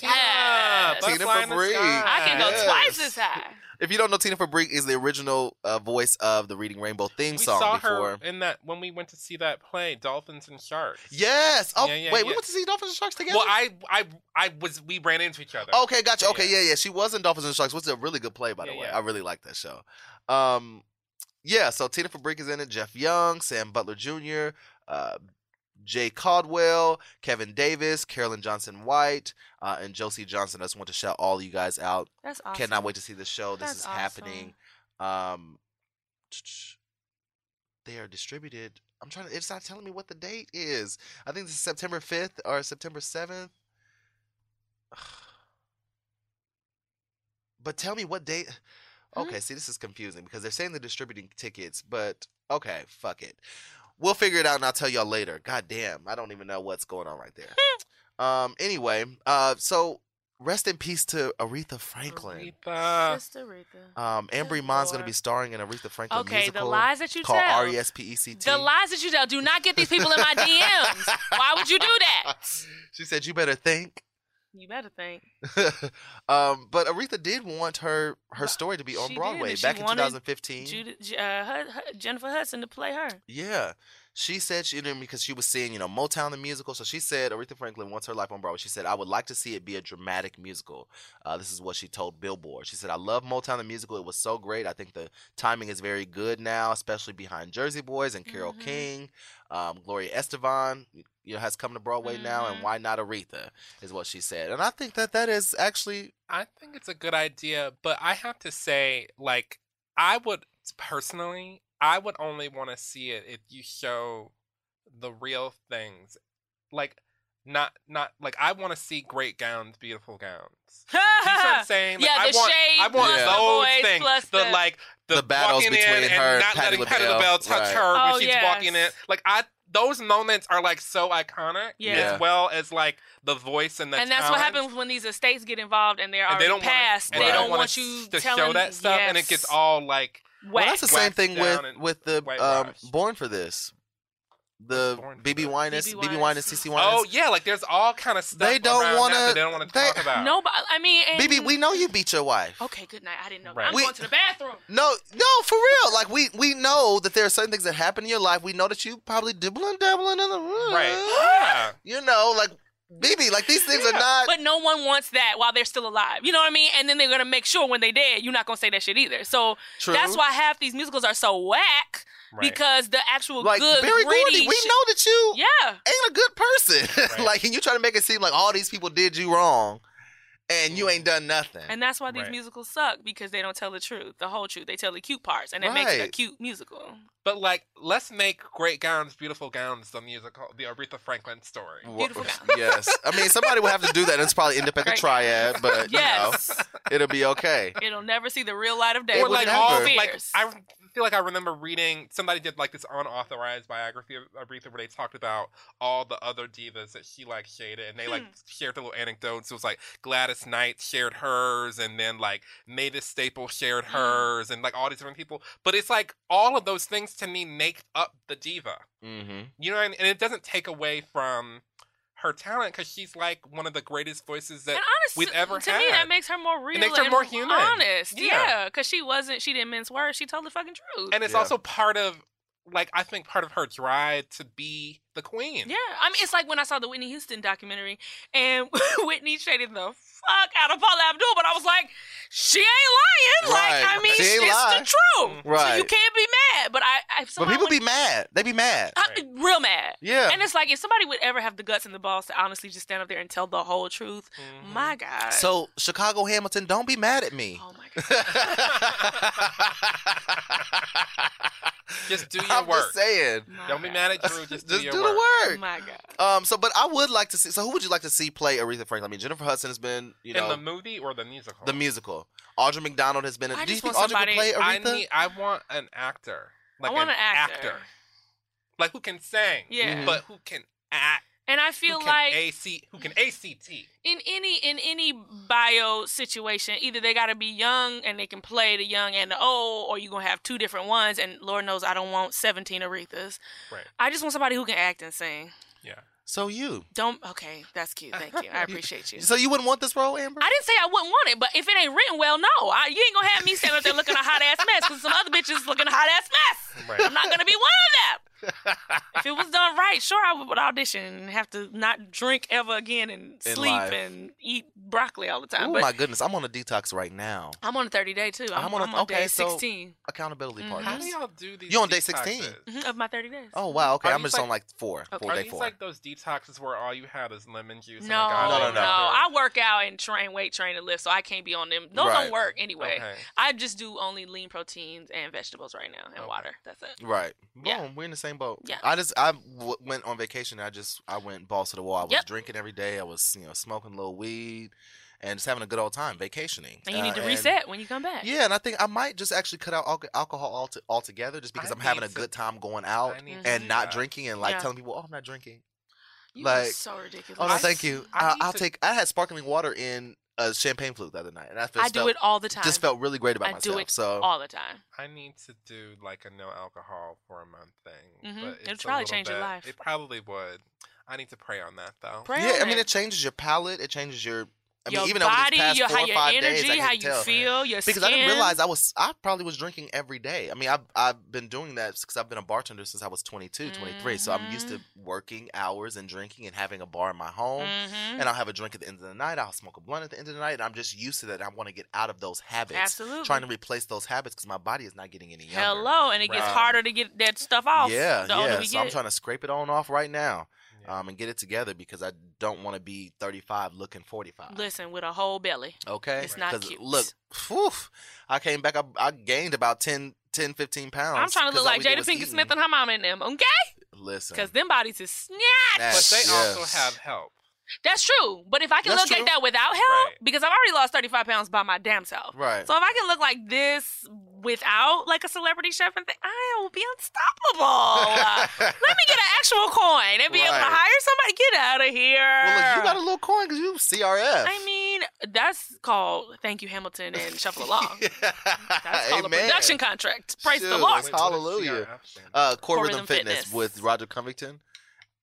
S4: Yes.
S3: Butterfly
S2: Tina
S3: in the
S2: Fabrique.
S3: Sky.
S4: I can go
S2: Yes.
S4: twice as high.
S2: If you don't know, Tina Fabrique is the original uh, voice of the Reading Rainbow theme
S3: We
S2: song
S3: saw
S2: before.
S3: her in that when we went to see that play, Dolphins and Sharks.
S2: Yes. Oh,
S3: Yeah, yeah,
S2: wait. We
S3: yeah.
S2: went to see Dolphins and Sharks together. Oh,
S3: Well, I, I, I was. We ran into each other.
S2: Okay, gotcha.
S3: Yeah,
S2: Okay, yeah, yeah. She was in Dolphins and Sharks, which is a really good play, by the
S3: Yeah,
S2: way.
S3: yeah.
S2: I really like that show. Um, yeah, so Tina Fabric is in it, Jeff Young, Sam Butler Jr., uh, Jay Caldwell, Kevin Davis, Carolyn Johnson White, uh, and Josie Johnson. I just want to shout all you guys out.
S4: That's awesome.
S2: Cannot wait to see this show. This
S4: That's
S2: is
S4: awesome.
S2: happening. Um, they are distributed. I'm trying to, it's not telling me what the date is. I think this is September 5th or September 7th. But tell me what date.
S4: Hmm?
S2: Okay, see, this is confusing because they're saying they're distributing tickets, but okay, fuck it. We'll figure it out and I'll tell y'all later. God damn, I don't even know what's going on right there. um, anyway, uh, so rest in peace to Aretha Franklin.
S3: Aretha.
S4: Sister Aretha.
S2: Um, Ambry
S4: Good
S2: Mon's gonna
S4: Lord.
S2: be starring in Aretha Franklin
S4: Okay, the
S2: musical
S4: lies that you
S2: called E
S4: tell.
S2: R-E-S-P-E-C-T.
S4: The lies that you tell. Do not get these people in my DMs. Why would you do that?
S2: she said, "You better think."
S4: You better think.
S2: um, but Aretha did want her her story to be on
S4: She did,
S2: Broadway
S4: and she
S2: back in
S4: wanted
S2: 2015.
S4: Judy, J- uh, Hud- Hud- Jennifer Hudson to play her.
S2: Yeah. She said she didn't because she was seeing, you know, Motown the musical. So she said Aretha Franklin wants her life on Broadway. She said, I would like to see it be a dramatic musical. Uh, this is what she told Billboard. She said, I love Motown the musical. It was so great. I think the timing is very good now, especially behind Jersey Boys and Carol
S3: Mm-hmm.
S4: Mhm.
S2: King. Um, Gloria Estefan, you know, has come to Broadway now, and
S3: Mm-hmm.
S4: Mhm.
S2: why not Aretha? Is what she said. And I think that that is actually
S3: I think it's a good idea, but I have to say, like, I would personally, I would only want to see it if you show the real things. Like not not like I want to see great gowns, beautiful gowns. You see what I'm saying? Like,
S4: Yeah,
S3: I
S4: the
S3: want,
S4: shade
S3: I want
S2: plus the
S3: those
S4: voice
S3: things.
S4: plus
S3: the,
S4: the-
S3: like the,
S2: The battles
S3: walking in
S2: between
S3: and
S2: her and
S3: not
S2: Patti
S3: letting Patti
S2: LaBelle.
S3: LaBelle touch
S2: Right.
S3: her when
S4: Oh,
S3: she's
S4: yes.
S3: walking in. Like I, those moments are like so iconic
S4: Yeah.
S2: Yeah.
S3: as well as like the voice and the
S4: and that's what
S3: talent.
S4: happens when these estates get involved and they're
S3: And
S4: already
S3: they don't
S4: passed.
S3: want
S4: they
S2: Right.
S4: don't
S3: wanna
S4: want you
S3: s- to
S4: telling
S3: show that stuff, and it
S4: yes,
S3: gets all like
S2: Well,
S4: whack.
S2: that's the same
S3: Whacked
S2: thing
S3: down
S2: with
S3: and
S2: with the um,
S3: whitewashed.
S2: Born for This, the
S3: Born for
S2: BB
S3: This?
S2: Winans,
S4: BB
S2: BB Winans,
S4: Winans.
S2: CC
S3: oh
S2: Winans.
S3: yeah, like there's all kind of stuff.
S2: They don't
S3: around that
S2: wanna-
S3: that They don't want to
S2: they-
S3: talk about.
S4: No, but I mean, and,
S2: BB, we know you beat your wife.
S4: Okay, good night. I didn't know.
S3: Right.
S4: I'm
S2: We-
S4: going to the bathroom.
S2: No, no, for real. Like we we know that there are certain things that happen in your life. We know that you probably dibbling, dabbling, and
S3: Right.
S2: You know, like BB, like these things are not.
S4: But no one wants that while they're still alive. You know what I mean? And then they're gonna make sure when they dead, you're not gonna say that shit either. So
S2: True.
S4: that's why half these musicals are so whack
S3: Right.
S4: because the actual
S2: like
S4: good
S2: Barry
S4: gritty.
S2: Gordy, we
S4: shit-
S2: know that you
S4: Yeah.
S2: ain't a good person.
S3: Right.
S2: like, and you try to make it seem like all these people did you wrong, and you ain't done nothing.
S4: And that's why these
S3: Right.
S4: musicals suck because they don't tell the truth, the whole truth. They tell the cute parts, and it makes it a
S2: Right.
S4: cute musical.
S3: But like, let's make great gowns, beautiful gowns. The musical, the Aretha Franklin story.
S2: Wha-
S4: Beautiful gown.
S2: yes, I mean somebody will have to do that. and It's probably end up like a
S4: Right.
S2: triad, but
S4: Yes,
S2: you know, it'll be okay.
S4: it'll never see the real light of day.
S2: It
S3: Or
S2: would
S3: like
S2: never.
S3: all
S2: Fears.
S3: like I feel like I remember reading somebody did like this unauthorized biography of Aretha where they talked about all the other divas that she like shaded and they like
S4: Hmm.
S3: shared the little anecdotes. It was like Gladys Knight shared hers and then like Mavis Staple shared
S4: Mm.
S3: hers and like all these different people. But it's like all of those things to me make up the diva.
S2: Mm-hmm.
S3: You know, what I mean? and it doesn't take away from her talent because she's like one of the greatest voices that
S4: and honestly,
S3: we've ever
S4: to
S3: had.
S4: me, that makes her more real.
S3: makes her
S4: and
S3: more human.
S4: Honest,
S3: Yeah.
S4: yeah, because she wasn't. She didn't mince words. She told the fucking truth.
S3: and it's
S2: Yeah.
S3: also part of like I think part of her drive to be the queen.
S4: yeah, I mean, it's like when I saw the Whitney Houston documentary, and Whitney shaded the fuck out of Paula Abdul, but I was like, she ain't lying.
S2: Right.
S4: Like, I mean,
S2: She ain't
S4: it's
S2: lying.
S3: Mm-hmm.
S4: the truth. So you
S2: Right.
S4: can't be mad. But I, I
S2: But
S4: somehow
S2: people
S4: when-
S2: be mad. They be mad.
S4: I'd be real mad.
S2: Yeah.
S4: And it's like if somebody would ever have the guts and the balls to honestly just stand up there and tell the whole truth,
S3: Mm-hmm.
S4: my God.
S2: So Chicago Hamilton, don't be mad at me.
S4: oh my God.
S3: Just do your
S2: I'm
S3: work.
S2: just saying.
S4: My
S3: Don't be
S4: God.
S3: mad at Drew.
S2: Just,
S3: Just, do, your
S2: do
S3: work.
S2: the work.
S4: My God.
S2: Um. So, but I would like to see. So, who would you like to see play Aretha Franklin? I mean, Jennifer Hudson has been, you know,
S3: In the movie or the musical?
S2: the musical. Audra McDonald has been. in
S4: I
S2: do you
S4: just
S2: think
S4: want
S2: Audra could
S4: somebody-
S2: play
S3: I
S2: Aretha?
S3: need. I want an actor. Like
S4: want
S3: an,
S4: an actor.
S3: Like who can sing?
S4: Yeah.
S3: But who can act?
S4: And I
S3: Who
S4: feel
S3: can
S4: like
S3: AC? Who can ACT?
S4: in any in any bio situation, either they gotta be young and they can play the young and the old, or you're gonna have two different ones, and Lord knows I don't want seventeen Arethas.
S3: Right.
S4: I just want somebody who can act and sing.
S3: Yeah.
S2: so you.
S4: Don't okay, that's cute. Thank you. I appreciate you.
S2: So you wouldn't want this role, Amber?
S4: I didn't say I wouldn't want it, but if it ain't written well, no. I, you ain't gonna have me standing up there looking a hot ass mess because some other bitches looking a hot ass mess.
S3: Right.
S4: I'm not gonna be one of them. if it was done right, sure I would audition and have to not drink ever again and
S2: In
S4: sleep
S2: life.
S4: and eat broccoli all the time.
S2: oh
S4: but
S2: my goodness, I'm on a detox right now.
S4: I'm on a 30 day too.
S2: I'm
S4: I'm, I'm
S2: on
S4: on,
S2: a- okay,
S4: day
S2: so-
S4: 16
S2: Accountability
S4: Mm-hmm.
S3: How do
S2: partners.
S3: y'all do these?
S2: You on day 16?
S3: detoxes?
S4: mhm, of my 30 days.
S2: Oh wow. Okay,
S3: Are
S2: I'm
S3: these
S2: just on like four,
S4: Oh,
S2: four
S3: Are
S2: day
S3: these
S2: four.
S3: like those detoxes where all you have is lemon juice?
S4: No,
S3: and like
S4: no,
S3: olive
S4: no,
S2: no,
S3: oil?
S2: no.
S4: I work out and train, weight train, and lift, so I can't be on them. Those
S2: Right.
S4: don't work anyway.
S3: Okay.
S4: I just do only lean proteins and vegetables right now and water. That's it.
S2: Right. Boom.
S4: Yeah.
S2: We're in the same boat.
S4: Yeah.
S2: I just I w- went on vacation. And I just I went balls to the wall. I was
S4: Yep.
S2: drinking every day. I was you know smoking a little weed and just having a good old time vacationing.
S4: And you
S2: Uh,
S4: need to reset when you come back.
S2: Yeah, and I think I might just actually cut out alco- alcohol alt- altogether, just because
S3: I
S2: I'm having a
S3: need to-
S2: good time going out
S3: I need to
S2: Oh, and
S3: do
S2: not
S3: that.
S2: drinking and like
S4: Yeah.
S2: telling people, "Oh, I'm not drinking."
S4: You
S2: Like,
S4: are so ridiculous.
S2: Oh no, thank you.
S3: I
S2: I,
S3: need
S2: I'll
S3: to-
S2: take. I had sparkling water in a champagne flute the other night, and I, just
S4: I do
S2: felt,
S4: it all the time.
S2: Just felt really great about
S4: I do
S2: myself.
S4: it
S2: so
S4: all the time.
S3: I need to do like a no alcohol for a month thing.
S4: Mhm.
S3: But
S4: It'll
S3: it's a
S4: probably
S3: little
S4: change your
S3: bit-
S4: life.
S3: It probably would. I need to pray on that though.
S4: Pray
S2: yeah,
S4: on
S2: I mean,
S4: it.
S2: it changes your palate. It changes your. I
S4: your
S2: mean, even over
S4: body,
S2: these past
S4: your,
S2: four
S4: how
S2: or
S4: your
S2: five
S4: energy,
S2: days, I
S4: how
S2: can
S4: you
S2: tell.
S4: feel, your
S2: because I
S4: skin.
S2: didn't realize I was I probably was drinking every day. I mean, I've I've been doing that because I've been a bartender since I was 22, 23. So I'm used to
S4: Mm-hmm.
S2: working hours and drinking and having a bar in my home.
S4: Mhm.
S2: And I'll have a drink at the end of the night. I'll smoke a blunt at the end of the night. And I'm just used to that. I want to get out of those habits.
S4: Absolutely.
S2: Trying to replace those habits because my body is not getting any younger.
S4: Hello, and it gets
S2: Right.
S4: harder to get that stuff off.
S2: Yeah,
S4: the older
S2: yeah.
S4: we
S2: So I'm
S4: get.
S2: trying to scrape it on off right now, um, and get it together because I don't want to be 35 looking 45.
S4: Listen, with a whole belly.
S2: Okay,
S4: It's not
S2: 'Cause
S4: cute.
S2: Look, whew, I came back. I, I gained about 10, 10 15 pounds.
S4: I'm trying to
S2: 'cause
S4: look
S2: all
S4: like
S2: we did
S4: Jada
S2: was
S4: Pinkett
S2: eating.
S4: Smith and her mom and them. Okay,
S2: Listen.
S4: Because them bodies is snatched.
S2: That's-
S3: But they
S2: yes.
S3: also have help.
S4: That's true. But if I can
S2: That's
S4: look
S2: true.
S4: like that without help,
S3: Right.
S4: because I've already lost 35 pounds by my damn self.
S2: Right.
S4: So if I can look like this without like a celebrity chef and thing, I will be unstoppable. Uh, Let me get an actual coin and be able to
S2: Right.
S4: hire somebody. Get out of here.
S2: Well, look, you got a little coin because you CRF.
S4: uh, I mean, that's called thank you, Hamilton, and shuffle along. That's oh, called a
S2: Amen.
S4: production contract. Praise the
S2: Shoot.
S4: Lord.
S3: Wait, what does
S2: Hallelujah.
S3: CRF stand for?
S2: Uh, Core,
S4: Core
S2: Rhythm,
S4: Rhythm
S2: Fitness,
S4: Fitness.
S2: with Roger Covington.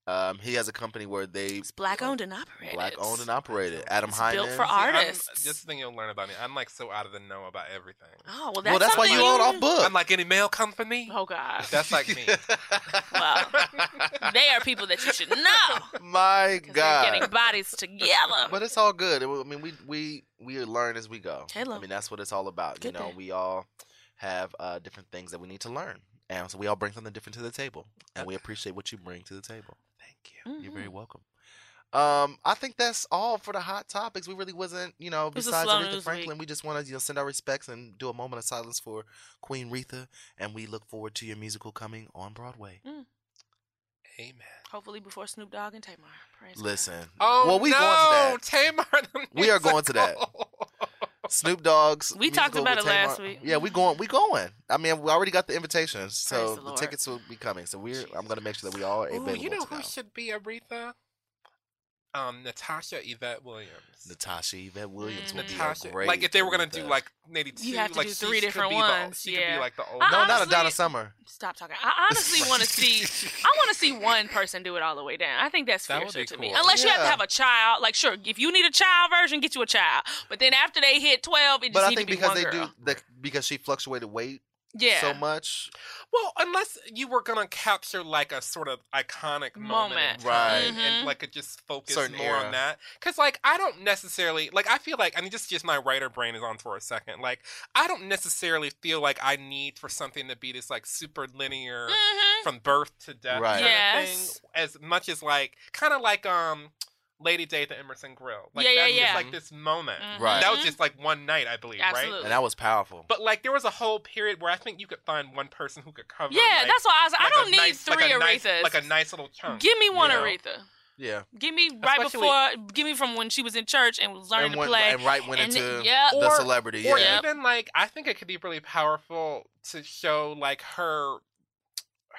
S2: Um, he has a company where they
S4: It's black owned and operated.
S2: black owned and operated. Adam
S4: It's
S2: Hyman.
S4: built for
S3: See, I'm-
S4: artists.
S3: That's the thing you'll learn about me. I'm like so out of the know about everything.
S4: Oh well, that's
S2: well, that's why
S4: something
S2: you own off book.
S3: I'm like, any mail come for me?
S4: Oh God.
S3: That's like me.
S4: Well, they are people that you should know.
S2: My
S4: 'cause
S2: God.
S4: They're getting bodies together.
S2: But it's all good. It- I mean, we we we learn as we go.
S4: Hello.
S2: I mean, that's what it's all about.
S4: Good
S2: you know,
S4: day.
S2: we all have uh, different things that we need to learn, and so we all bring something different to the table, and we appreciate what you bring to the table. Thank you. You're very
S4: Mm-hmm.
S2: welcome. Um, I think that's all for the hot topics. We really wasn't, you know,
S4: was a
S2: besides
S4: slow
S2: Aretha
S4: news
S2: Franklin,
S4: week.
S2: we just want to you know send our respects and do a moment of silence for Queen Retha, and we look forward to your musical coming on Broadway.
S3: Amen.
S4: Hopefully before Snoop Dogg and Tamar. Praise God.
S2: Listen,
S3: Oh,
S2: well, we
S3: no,
S2: going to that.
S3: Tamar. the
S2: We are going to that.
S3: musical.
S2: Snoop Dogg's.
S4: We talked
S2: musical
S4: about
S2: with
S4: it
S2: Tamar-
S4: last week.
S2: Yeah, we going. We going. I mean, we already got the invitations, so
S4: Praise the
S2: the,
S4: Lord.
S2: tickets will be coming. So we're. I'm gonna make sure that we all are
S3: Ooh,
S2: available.
S3: you know
S2: to
S3: who
S2: go.
S3: should be Aretha? Um, Natasha Yvette Williams.
S2: Natasha Yvette Williams will be
S3: Natasha,
S2: a great.
S3: like if they were gonna do
S2: Aretha.
S3: like maybe two,
S4: You have to
S3: like
S4: do
S3: she
S4: three
S3: could
S4: different
S3: be
S4: ones,
S3: The, she
S4: yeah.
S3: could be like the old.
S4: Uh-uh.
S2: no, not a
S4: honestly-
S2: Donna Summer.
S4: Stop talking. I honestly want to see. I want to see one person do it all the way down. I think that's fair
S3: That would be
S4: to me.
S3: cool.
S4: Unless you have to
S2: Yeah.
S4: have a child. Like, sure, if you need a child version, get you a child. But then after they hit twelve, it just
S2: But I
S4: need
S2: think
S4: to be
S2: because
S4: one
S2: they
S4: girl.
S2: do the, because she fluctuated weight
S4: yeah.
S2: so much.
S3: Well, unless you were gonna capture like a sort of iconic moment, in
S4: Moment.
S3: time
S2: Right.
S4: Mhm.
S3: And like could just focus
S2: Certain
S3: more
S2: era.
S3: on that, because like I don't necessarily like I feel like I mean just just my writer brain is on for a second. Like I don't necessarily feel like I need for something to be this like super linear
S4: Mhm.
S3: from birth to death
S2: Right.
S3: kind
S4: Yes.
S3: of thing, as much as like kind of like um Lady Day at the Emerson Grill. Like
S4: Yeah, yeah,
S3: that's just
S4: yeah.
S3: like this moment.
S4: Mhm.
S2: Right.
S3: That was just like one night, I believe,
S4: Absolutely.
S3: right?
S2: And that was powerful.
S3: But like there was a whole period where I think you could find one person who could cover.
S4: Yeah,
S3: like,
S4: that's why I was. like, I
S3: like a
S4: don't need
S3: nice-
S4: three
S3: like a nice-
S4: Arethas.
S3: like a nice little chunk.
S4: Give me one
S3: you know?
S4: Aretha.
S2: yeah,
S4: Give me right
S3: Especially-
S4: before. Give me from when she was in church and was learning
S2: and, when,
S4: to play.
S2: and right went
S4: and-
S2: into
S4: yeah.
S2: the
S3: Or-
S2: celebrity.
S3: Or
S2: yeah,
S3: even like I think it could be really powerful to show like her,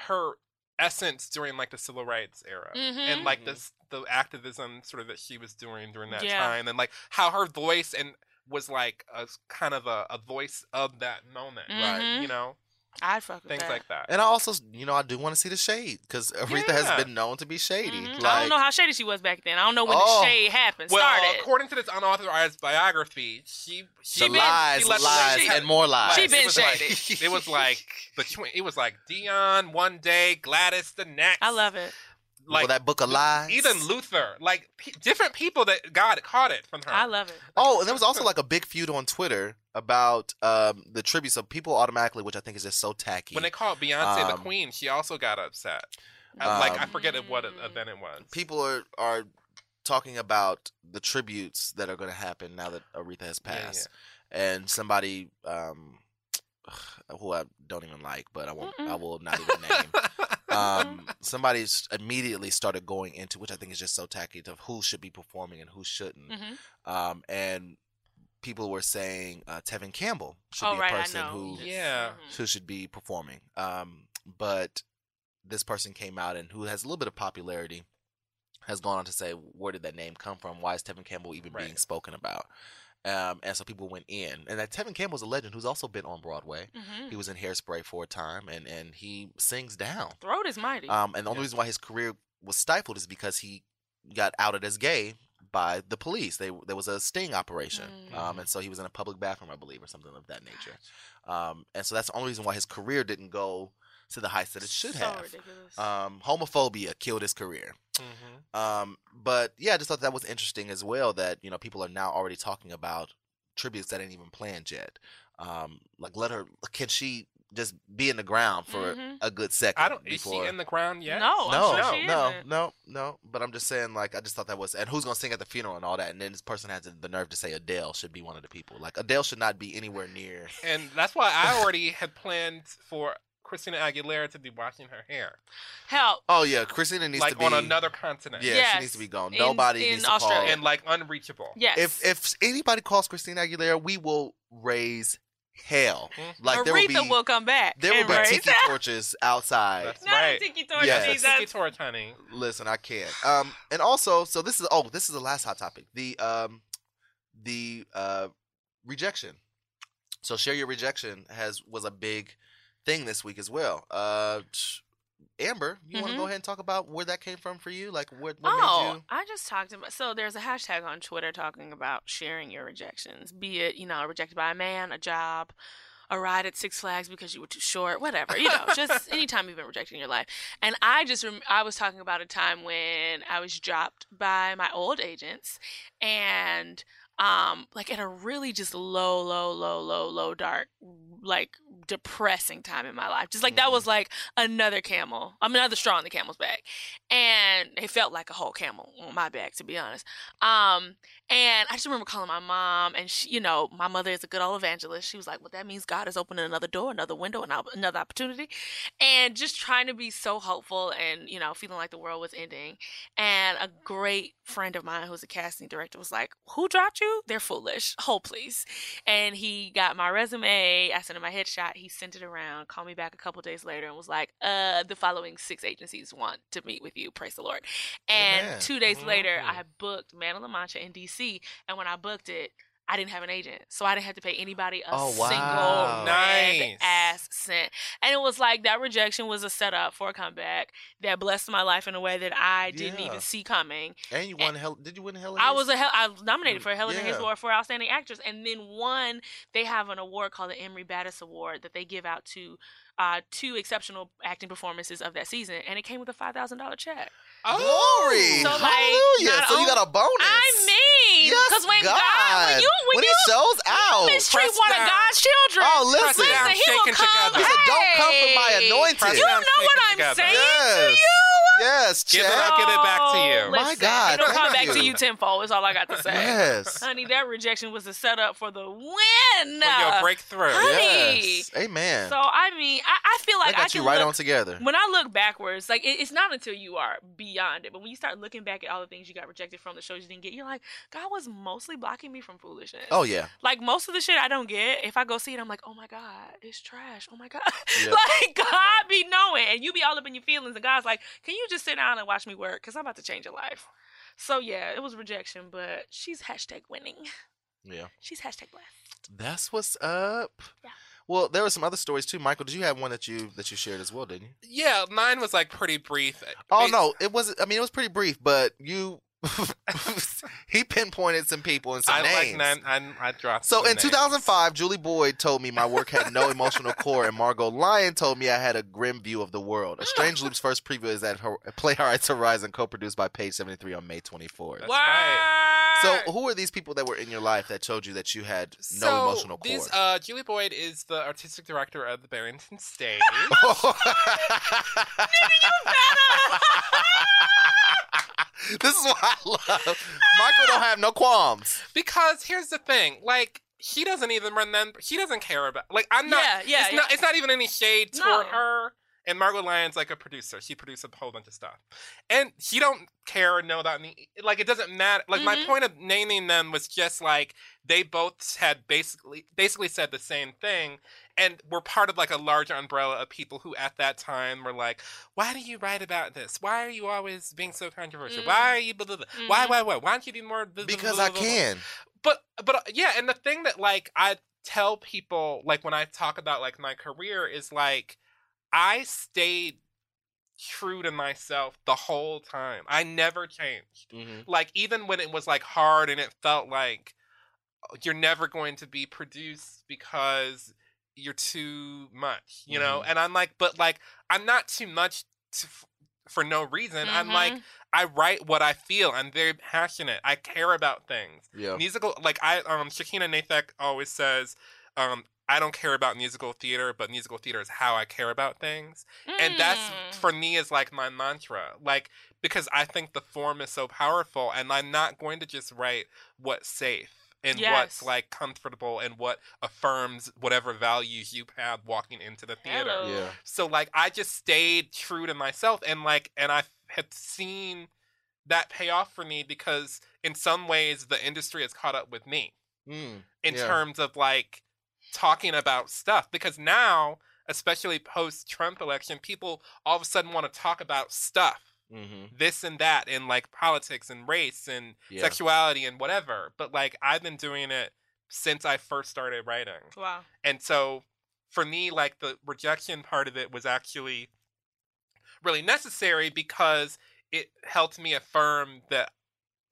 S3: her essence during like the civil rights era
S4: Mhm.
S3: and like this the activism sort of that she was doing during that
S4: Yeah.
S3: time and like how her voice and was like a s- kind of a, a voice of that moment,
S4: Mhm.
S3: right? You know,
S4: I'd fuck with
S3: things
S4: that.
S3: like that.
S2: And I also, you know, I do want to see the shade because Aretha
S3: Yeah.
S2: has been known to be shady.
S4: Mhm.
S2: Like,
S4: I don't know how shady she was back then. I don't know when
S2: Oh.
S4: the shade happened.
S3: Well,
S4: started.
S3: according to this unauthorized biography, she she
S2: the
S3: been-
S2: lies,
S3: she let the
S2: lies,
S3: shit-
S2: and more lies.
S4: She
S3: It
S4: been
S3: was
S4: shady.
S3: Like, it was like between. It was like Dion one day, Gladys the next.
S4: I love it.
S2: well,
S3: Like e-,
S2: that book of lies.
S3: even Luther. Like pe- different people that God caught it from her.
S4: I love it.
S2: Oh, and there was also like a big feud on Twitter about um, the tribute. So people automatically, which I think is just so tacky.
S3: when they called Beyonce the
S2: Um,
S3: queen, she also got upset. Uh, like I
S2: um,
S3: forget at what event it was.
S2: people are are talking about the tributes that are going to happen now that Aretha has
S3: Yeah, yeah.
S2: passed, and somebody um, who I don't even like, but I won't. I will not even name. um, somebody's immediately started going into, which I think is just so tacky, of who should be performing and who shouldn't.
S4: Mhm.
S2: Um, and people were saying uh, Tevin Campbell should
S4: Oh,
S2: be a
S4: right, I
S2: person
S4: know.
S2: who
S3: Yeah.
S4: Mhm.
S2: who should be performing. Um, but this person came out and who has a little bit of popularity has gone on to say, where did that name come from? Why is Tevin Campbell even
S3: Right.
S2: being spoken about? Um, and so people went in, and that Tevin Campbell's a legend who's also been on Broadway.
S4: Mhm.
S2: He was in Hairspray for a time, and and he sings down.
S4: Throat is mighty.
S2: Um, and the only reason why his career was stifled is because he got outed as gay by the police. They there was a sting operation, um,
S3: Mm.
S2: and so he was in a public bathroom, I believe, or something of that nature. Um, and so that's the only reason why his career didn't go to the heights that it should
S4: so
S2: have.
S4: ridiculous.
S2: Um, homophobia killed his career.
S3: Mhm.
S2: Um, but yeah, I just thought that was interesting as well that you know people are now already talking about tributes that ain't even planned yet. Um, like let her can she just be in the ground for
S4: Mhm.
S2: a good second?
S3: Mm-hmm. I don't. Is
S2: before...
S3: she in the ground yet?
S4: No,
S2: No,
S4: Oh, I'm sure
S2: no,
S4: she
S2: no,
S4: isn't.
S2: no, no. But I'm just saying, like, I just thought that was, and who's gonna sing at the funeral and all that? And then this person has the nerve to say Adele should be one of the people. Like, Adele should not be anywhere near.
S3: And that's why I already had planned for Christina Aguilera to be washing her hair,
S4: Help.
S2: Oh yeah, Christina needs to
S3: like
S2: be
S3: on another continent.
S2: Yeah,
S4: Yes.
S2: she needs to be gone.
S4: In-
S2: Nobody
S4: in
S2: needs to call.
S4: Australia.
S3: and like unreachable.
S4: Yes.
S2: If if anybody calls Christina Aguilera, we will raise hell.
S3: Mhm.
S2: Like there will
S4: Aretha
S2: be
S4: will come back.
S2: there will
S4: and
S2: be
S4: raise-
S2: tiki torches outside.
S3: That's
S4: Not
S3: right.
S4: a tiki torch
S2: Yes.
S3: Tiki
S4: Jesus.
S3: torch, honey.
S2: Listen, I can't. Um, and also, so this is oh, this is the last hot topic. The um, the uh, rejection. So share your rejection has was a big thing this week as well. Uh, sh- Amber, you want to
S4: Mhm.
S2: go ahead and talk about where that came from for you? Like what? what
S4: Oh,
S2: made you?
S4: I just talked about. So there's a hashtag on Twitter talking about sharing your rejections, be it you know rejected by a man, a job, a ride at Six Flags because you were too short, whatever. You know, just anytime you've been rejected in your life. And I just rem- I was talking about a time when I was dropped by my old agents, and um like at a really just low, low, low, low, low dark, like depressing time in my life. Just like that was like another camel, I'm another straw in the camel's back and it felt like a whole camel on my back to be honest um and i just remember calling my mom and she you know my mother is a good old evangelist she was like well that means god is opening another door another window and op- another opportunity and just trying to be so hopeful and you know feeling like the world was ending and a great friend of mine who's a casting director was like who dropped you they're foolish hold please and he got my resume i sent him my headshot he sent it around called me back a couple days later and was like uh the following six agencies want to meet with you praise the lord and
S2: Amen.
S4: two days later
S2: Mm-hmm.
S3: Mhm.
S4: i booked man of la mancha in dc and when i booked it I didn't have an agent, so I didn't have to pay anybody a
S2: Oh, wow.
S4: single
S3: Nice.
S4: red ass cent. And it was like that rejection was a setup for a comeback that blessed my life in a way that I didn't
S2: Yeah.
S4: even see coming.
S2: And you won hell? Did you win hell?
S4: I was a hell. I was nominated for a Helen and Hayes
S2: Yeah.
S4: Award for Outstanding Actress, and then one they have an award called the Emery Battis Award that they give out to uh, two exceptional acting performances of that season, and it came with a five thousand dollar check.
S2: glory.
S4: So, like,
S2: Oh, Hallelujah!
S4: not
S2: So you
S4: only-
S2: got a bonus.
S4: I mean,
S2: Yes,
S4: because when God, when you when,
S2: when
S4: you
S2: he shows out,
S4: mistreat
S3: press
S4: one
S3: down.
S4: of God's children,
S2: Oh, listen.
S4: listen,
S3: Down,
S4: he
S3: shaken
S4: will come.
S3: together.
S2: He said, "Don't come for my
S4: Hey,
S2: anointing."
S4: You know what I'm
S3: Together.
S4: saying to
S2: Yes.
S4: you.
S2: Yes,
S3: Give it
S2: Chad.
S3: up. I'll give it back to
S4: Oh,
S3: you.
S2: My
S4: listen,
S2: God,
S4: It'll come
S2: thank
S4: back to
S2: you.
S4: you tenfold, is all I got to say.
S2: Yes.
S4: Honey, that rejection was a setup for the win.
S3: For your breakthrough.
S4: Huh? Honey.
S2: Yes. Amen.
S4: So, I mean, I, I feel like
S2: they got
S4: I can
S2: you right
S4: look,
S2: on together.
S4: when I look backwards, like it, it's not until you are beyond it, but when you start looking back at all the things you got rejected from, the shows you didn't get, you're like, God was mostly blocking me from foolishness.
S2: Oh yeah.
S4: Like most of the shit I don't get, if I go see it, I'm like, oh my God, it's trash. Oh my God.
S2: Yeah.
S4: like, God be knowing. And you be all up in your feelings. And God's like, can you just sit down and watch me work? Because I'm about to change your life. So yeah, it was rejection, but she's hashtag winning.
S2: Yeah.
S4: She's hashtag blessed.
S2: That's what's up.
S4: Yeah.
S2: Well, there were some other stories too. Michael, did you have one that you that you shared as well? Didn't you?
S3: Yeah, mine was like pretty brief.
S2: Oh
S3: It-
S2: no, it wasn't. I mean, it was pretty brief, but you he pinpointed some people and some
S3: I
S2: names.
S3: like nine. I, I dropped.
S2: So
S3: some
S2: in
S3: names.
S2: 2005, Julie Boyd told me my work had no emotional core, and Margot Lyon told me I had a grim view of the world. A Strange Loop's first preview is at her, Play Horizon Horizon, co-produced by Page 73 on May 24th.
S3: That's right.
S2: So oh, who are these people that were in your life that showed you that you had no
S3: So,
S2: emotional core?
S3: These, uh, Julie Boyd is the artistic director of the Barrington Stage.
S2: this is why I love Michael. Don't have no qualms.
S3: because here's the thing, like. He doesn't even remember. He doesn't care about. Like I'm not.
S4: Yeah, yeah,
S3: It's not. It's not even any shade
S4: No.
S3: toward her. And Margot Lyon's like a producer. She produced a whole bunch of stuff, and he don't care or know about me. Like it doesn't matter. Like my
S4: Mhm.
S3: point of naming them was just like they both had basically basically said the same thing, and were part of like a larger umbrella of people who at that time were like, why do you write about this? Why are you always being so controversial?
S4: Mm.
S3: Why are you blah, blah, blah? Why
S4: Mhm.
S3: why why? Why don't you do more? blah, blah,
S2: Because
S3: blah,
S2: I
S3: blah, blah, blah?"
S2: can.
S3: but but uh, yeah and the thing that like i tell people like when i talk about like my career is like i stayed true to myself the whole time i never changed
S2: Mm-hmm.
S3: like even when it was like hard and it felt like oh, you're never going to be produced because you're too much you know and i'm like but like i'm not too much to, f- for no reason i'm like
S4: Mm-hmm.
S3: i write what i feel i'm very passionate i care about things
S2: Yeah.
S3: musical like i um shakina nathak always says um i don't care about musical theater but musical theater is how i care about things and
S4: Mm.
S3: that's for me is like my mantra like because i think the form is so powerful and i'm not going to just write what's safe and
S4: Yes.
S3: what's like comfortable and what affirms whatever values you have walking into the theater.
S4: Hello.
S2: Yeah.
S3: So like I just stayed true to myself and like and I have seen that pay off for me because in some ways the industry has caught up with me
S2: Mm.
S3: in
S2: Yeah.
S3: terms of like talking about stuff because now especially post Trump election people all of a sudden want to talk about stuff
S2: Mm-hmm.
S3: this and that and like politics and race and
S2: Yeah.
S3: sexuality and whatever but like I've been doing it since I first started writing
S4: Wow.
S3: and so for me, like the rejection part of it was actually really necessary because it helped me affirm that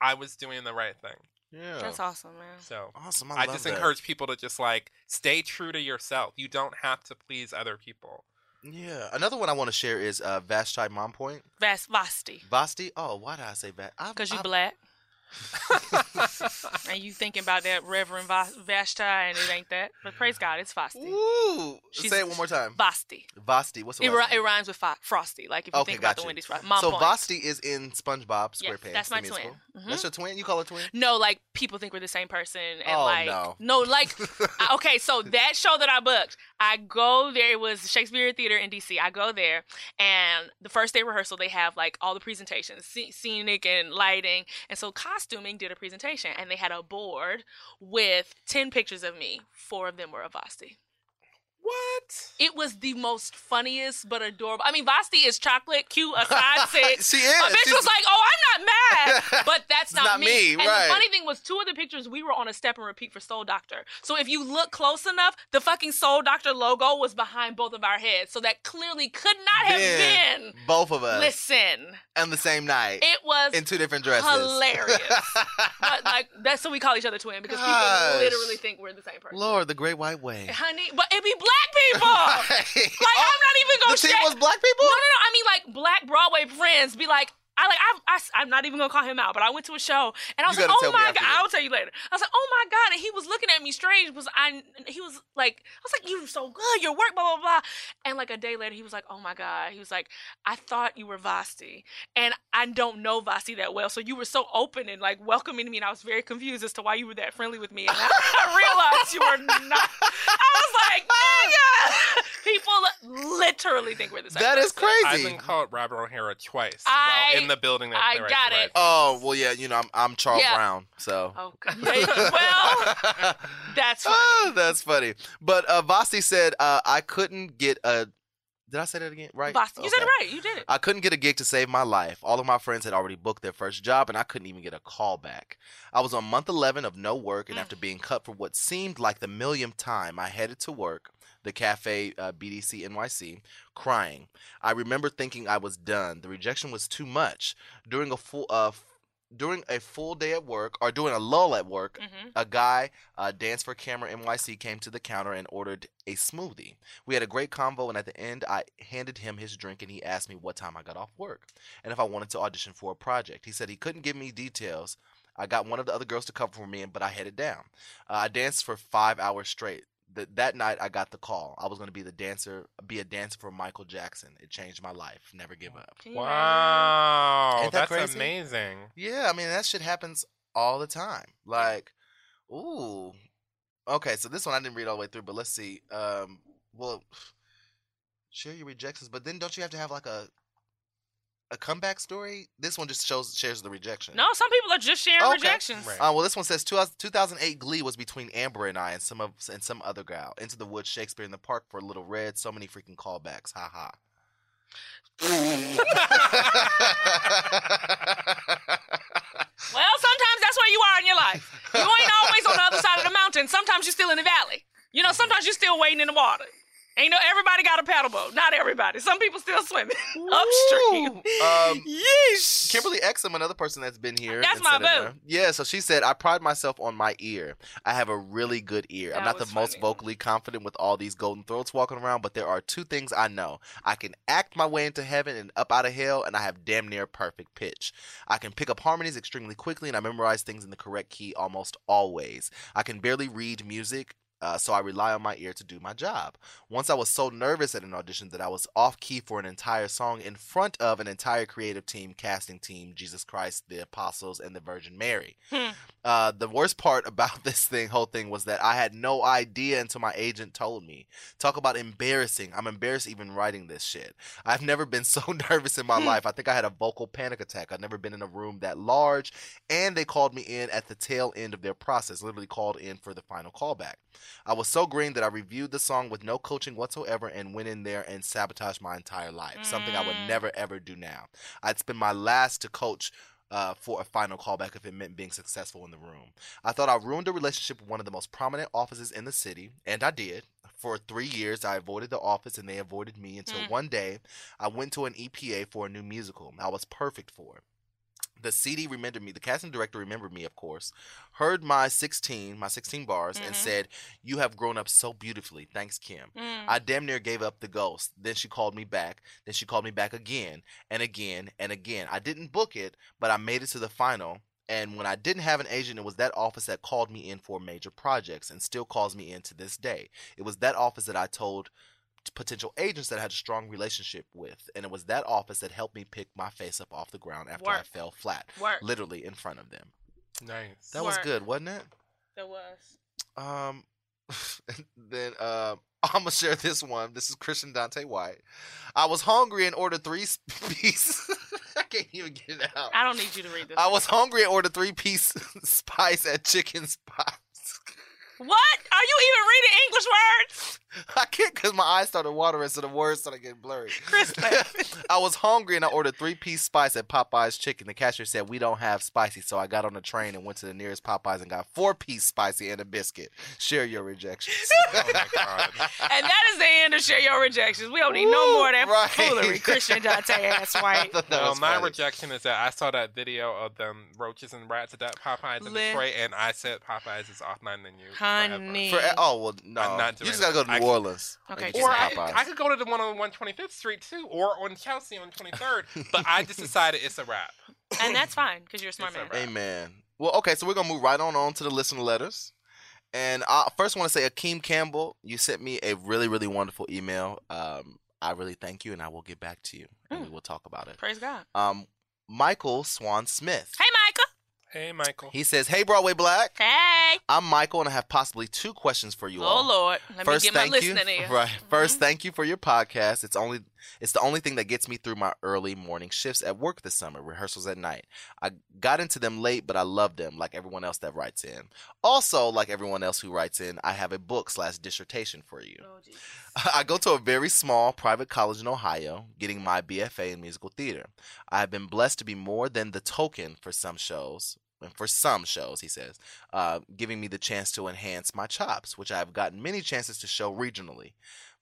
S3: I was doing the right thing.
S2: Yeah.
S4: That's awesome, man.
S3: So
S2: awesome. I,
S3: I,
S2: love
S3: just
S2: that.
S3: encourage people to just like stay true to yourself. You don't have to please other people.
S2: Yeah. Another one I want to share is uh, Vashti Mompoint.
S4: Vas- Vasti.
S2: Vasti. Oh, why did I say that?
S4: Because you black. and you thinking about that Reverend Va- Vashti, and it ain't that. But praise God, it's Vasti.
S2: Ooh.
S4: She's-
S2: say it one more time.
S4: Vasti.
S2: Vasti. What's the
S4: It,
S2: last
S4: ri-
S2: name?
S4: it rhymes with fo- Frosty. Like if you
S2: Okay,
S4: think about
S2: gotcha.
S4: the Wendy's Frosty. Mom
S2: so
S4: point.
S2: Vasti is in SpongeBob
S4: Yes,
S2: SquarePants.
S4: that's my
S2: the
S4: twin.
S2: musical.
S4: Mhm.
S2: That's your twin. You call her twin?
S4: No, like people think we're the same person, and
S2: Oh,
S4: like
S2: no.
S4: like I- okay, so that show that I booked, I go there. It was Shakespeare Theater in DC. I go there, and the first day rehearsal, they have like all the presentations, sce- scenic and lighting, and so costuming did a presentation, and they had a board with ten pictures of me. Four of them were of Vasti.
S3: What?
S4: It was the most funniest but adorable. I mean, Vasti is chocolate, cute, a side chick.
S2: she
S4: A
S2: is.
S4: bitch
S2: She's-
S4: was like, "Oh, I'm not mad, but that's
S2: It's
S4: not,
S2: not me,
S4: And
S2: right.
S4: the funny thing was, two of the pictures we were on a step and repeat for Soul Doctor. So if you look close enough, the fucking Soul Doctor logo was behind both of our heads, so that clearly could not have
S2: Then,
S4: been.
S2: both of us
S4: Listen,
S2: on the same night
S4: it was
S2: in two different dresses.
S4: hilarious. but like that's what we call each other twin because
S2: Gosh.
S4: people literally think we're the same person.
S2: Lord, the Great White Way.
S4: Honey, but it be black people.
S2: Right.
S4: Like I'm not even
S2: Oh, the
S4: gonna
S2: team
S4: shake-
S2: was black people.
S4: No, no, no. I mean, like black Broadway friends be like, I like, I, I, am not even gonna call him out, but I went to a show and I was
S2: You
S4: like,
S2: gotta tell
S4: oh
S2: me
S4: my god,
S2: afterwards.
S4: I'll tell you later. I was like, oh my god, and he was looking at me strange because I, he was like, I was like, you're so good, your work, blah blah blah, and like a day later, he was like, oh my god, he was like, I thought you were Vasti, and I don't know Vasti that well, so you were so open and like welcoming me, and I was very confused as to why you were that friendly with me, and I, I realized you were not. I was like, nigga, people literally think we're the same.
S2: That is
S4: person.
S3: I've
S2: crazy.
S3: been called Robert O'Hara twice
S4: I-
S3: while in the building. That
S4: I
S3: Playwrights
S4: got it.
S3: Horizon.
S2: Oh well, yeah. You know, I'm, I'm Charles
S4: Yeah.
S2: Brown, so.
S4: Okay. Oh, well, that's
S2: Oh,
S4: funny.
S2: that's funny. But uh, Vasti said uh, I couldn't get a. Did I say that again? Right.
S4: Boston. You said
S2: Okay.
S4: it right. You did it.
S2: I couldn't get a gig to save my life. All of my friends had already booked their first job, and I couldn't even get a call back. I was on month 11 of no work, and after being cut for what seemed like the millionth time, I headed to work, the cafe uh, BDC NYC, crying. I remember thinking I was done. The rejection was too much. During a full uh, f- during a full day at work, or during a lull at work,
S4: Mm-hmm.
S2: a guy, uh, Dance for Camera NYC, came to the counter and ordered a smoothie. We had a great convo, and at the end, I handed him his drink and he asked me what time I got off work and if I wanted to audition for a project. He said he couldn't give me details. I got one of the other girls to cover for me, but I headed down. Uh, I danced for five hours straight. Th- that night, I got the call. I was going to be the dancer, be a dancer for Michael Jackson. It changed my life. Never give up.
S4: Can you imagine?
S3: Wow,
S2: Ain't that
S3: that's
S2: crazy?
S3: amazing.
S2: Yeah, I mean that shit happens all the time. Like, ooh, okay. So this one I didn't read all the way through, but let's see. Um, well, share your rejections, but then don't you have to have like a a comeback story? This one just shows shares the rejection.
S4: No, some people are just sharing
S2: Okay.
S4: rejections.
S3: Right.
S2: Uh, well, this one says 2000- 2008 Glee was between Amber and I and some of and some other gal. Into the Woods, Shakespeare in the Park for Little Red. So many freaking callbacks. Ha ha.
S4: Well, sometimes that's where you are in your life. You ain't always on the other side of the mountain. Sometimes you're still in the valley. You know, sometimes you're still wading in the water. Ain't no everybody got a paddle boat. Not everybody. Some people still swimming upstream.
S2: Um,
S4: Yeesh.
S2: Kimberly Exum, another person that's been here.
S4: That's
S2: and
S4: my
S2: said it
S4: boo.
S2: there. Yeah, so she said, I pride myself on my ear. I have a really good ear. I'm
S4: That
S2: not the
S4: was
S2: most
S4: funny.
S2: vocally confident with all these golden throats walking around, but there are two things I know. I can act my way into heaven and up out of hell, and I have damn near perfect pitch. I can pick up harmonies extremely quickly, and I memorize things in the correct key almost always. I can barely read music. Uh, so I rely on my ear to do my job. Once I was so nervous at an audition that I was off key for an entire song in front of an entire creative team, casting team, Jesus Christ, the Apostles, and the Virgin Mary.
S4: Hmm.
S2: Uh, the worst part about this thing, whole thing, was that I had no idea until my agent told me. Talk about embarrassing. I'm embarrassed even writing this shit. I've never been so nervous in my life. I think I had a vocal panic attack. I've never been in a room that large. And they called me in at the tail end of their process, literally called in for the final callback. I was so green that I reviewed the song with no coaching whatsoever and went in there and sabotaged my entire life, something I would never, ever do now. I'd spend my last to coach uh, for a final callback if it meant being successful in the room. I thought I ruined a relationship with one of the most prominent offices in the city, and I did. For three years, I avoided the office and they avoided me until one day I went to an EPA for a new musical I was perfect for. The CD remembered me, the casting director remembered me, of course, heard my 16, my 16 bars, and said, You have grown up so beautifully. Thanks, Kim.
S4: Mm. Mm-hmm.
S2: I damn near gave up the ghost. Then she called me back. Then she called me back again and again and again. I didn't book it, but I made it to the final. And when I didn't have an agent, it was that office that called me in for major projects and still calls me in to this day. It was that office that I told potential agents that I had a strong relationship with. And it was that office that helped me pick my face up off the ground after I
S4: Work.
S2: fell flat,
S4: Work.
S2: literally in front of them.
S3: Nice.
S2: That was
S4: Work.
S2: good, wasn't it?
S4: There was.
S2: Um, then uh, I'm gonna share this one. This is Christian Dante White. I was hungry and ordered three piece. I can't even get it out.
S4: I don't need you to read this.
S2: I was hungry and ordered three piece spice at chicken spice.
S4: what? Are you even reading English words?
S2: I can't because my eyes started watering, so the words started getting blurry.
S4: Christmas.
S2: I was hungry and I ordered three piece spice at Popeye's Chicken. The cashier said we don't have spicy, so I got on the train and went to the nearest Popeyes and got four piece spicy and a biscuit. Share your rejections.
S3: Oh my god.
S4: And that is the end of Share Your Rejections. We don't need no more of that
S2: Right.
S4: foolery, Christian Dante ass white.
S2: That
S3: Well,
S2: was
S3: my
S2: funny.
S3: rejection is that I saw that video of them roaches and rats at that Popeyes in
S4: Li-
S3: Detroit, and I said Popeyes is off my menu. forever.
S4: Honey.
S2: For oh well, no.
S3: I'm not
S2: you
S3: doing
S2: just gotta go to
S3: that.
S2: New
S3: I-
S2: Orleans. and
S4: Okay,
S2: get
S3: Or
S2: some
S3: I,
S2: Popeyes.
S3: I could go to the one on 125th Street too, or on Chelsea on 23rd, but I just decided it's a wrap.
S4: and that's fine because you're a smart
S3: It's
S4: man.
S3: all right.
S2: Amen. Well, okay, so we're gonna move right on on to the listener letters. And I first want to say, Akeem Campbell, you sent me a really, really wonderful email. Um, I really thank you, and I will get back to you, and
S4: Hmm.
S2: we will talk about it.
S4: Praise God.
S2: Um, Michael Swan Smith.
S4: Hey, Michael.
S3: Hey, Michael.
S2: He says, "Hey, Broadway Black,
S4: Hey.
S2: I'm Michael, and I have possibly two questions for you all.
S4: Oh, Lord. Let me get my listening
S2: you,
S4: in.
S2: Right. 1st
S4: Mm-hmm.
S2: thank you for your podcast. It's only it's the only thing that gets me through my early morning shifts at work this summer, rehearsals at night. I got into them late, but I love them, like everyone else that writes in. Also, like everyone else who writes in, I have a book slash dissertation for you.
S4: Oh, Jesus.
S2: I go to a very small private college in Ohio, getting my BFA in musical theater. I have been blessed to be more than the token for some shows, and for some shows, he says, uh, giving me the chance to enhance my chops, which I have gotten many chances to show regionally.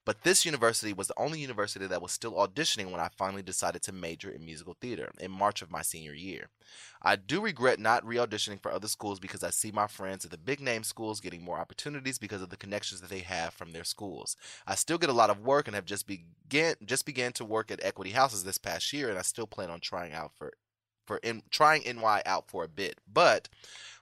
S2: But this university was the only university that was still auditioning when I finally decided to major in musical theater in March of my senior year. I do regret not re auditioning for other schools because I see my friends at the big name schools getting more opportunities because of the connections that they have from their schools. I still get a lot of work and have just began just began to work at Equity Houses this past year, and I still plan on trying out for for in, trying NY out for a bit. But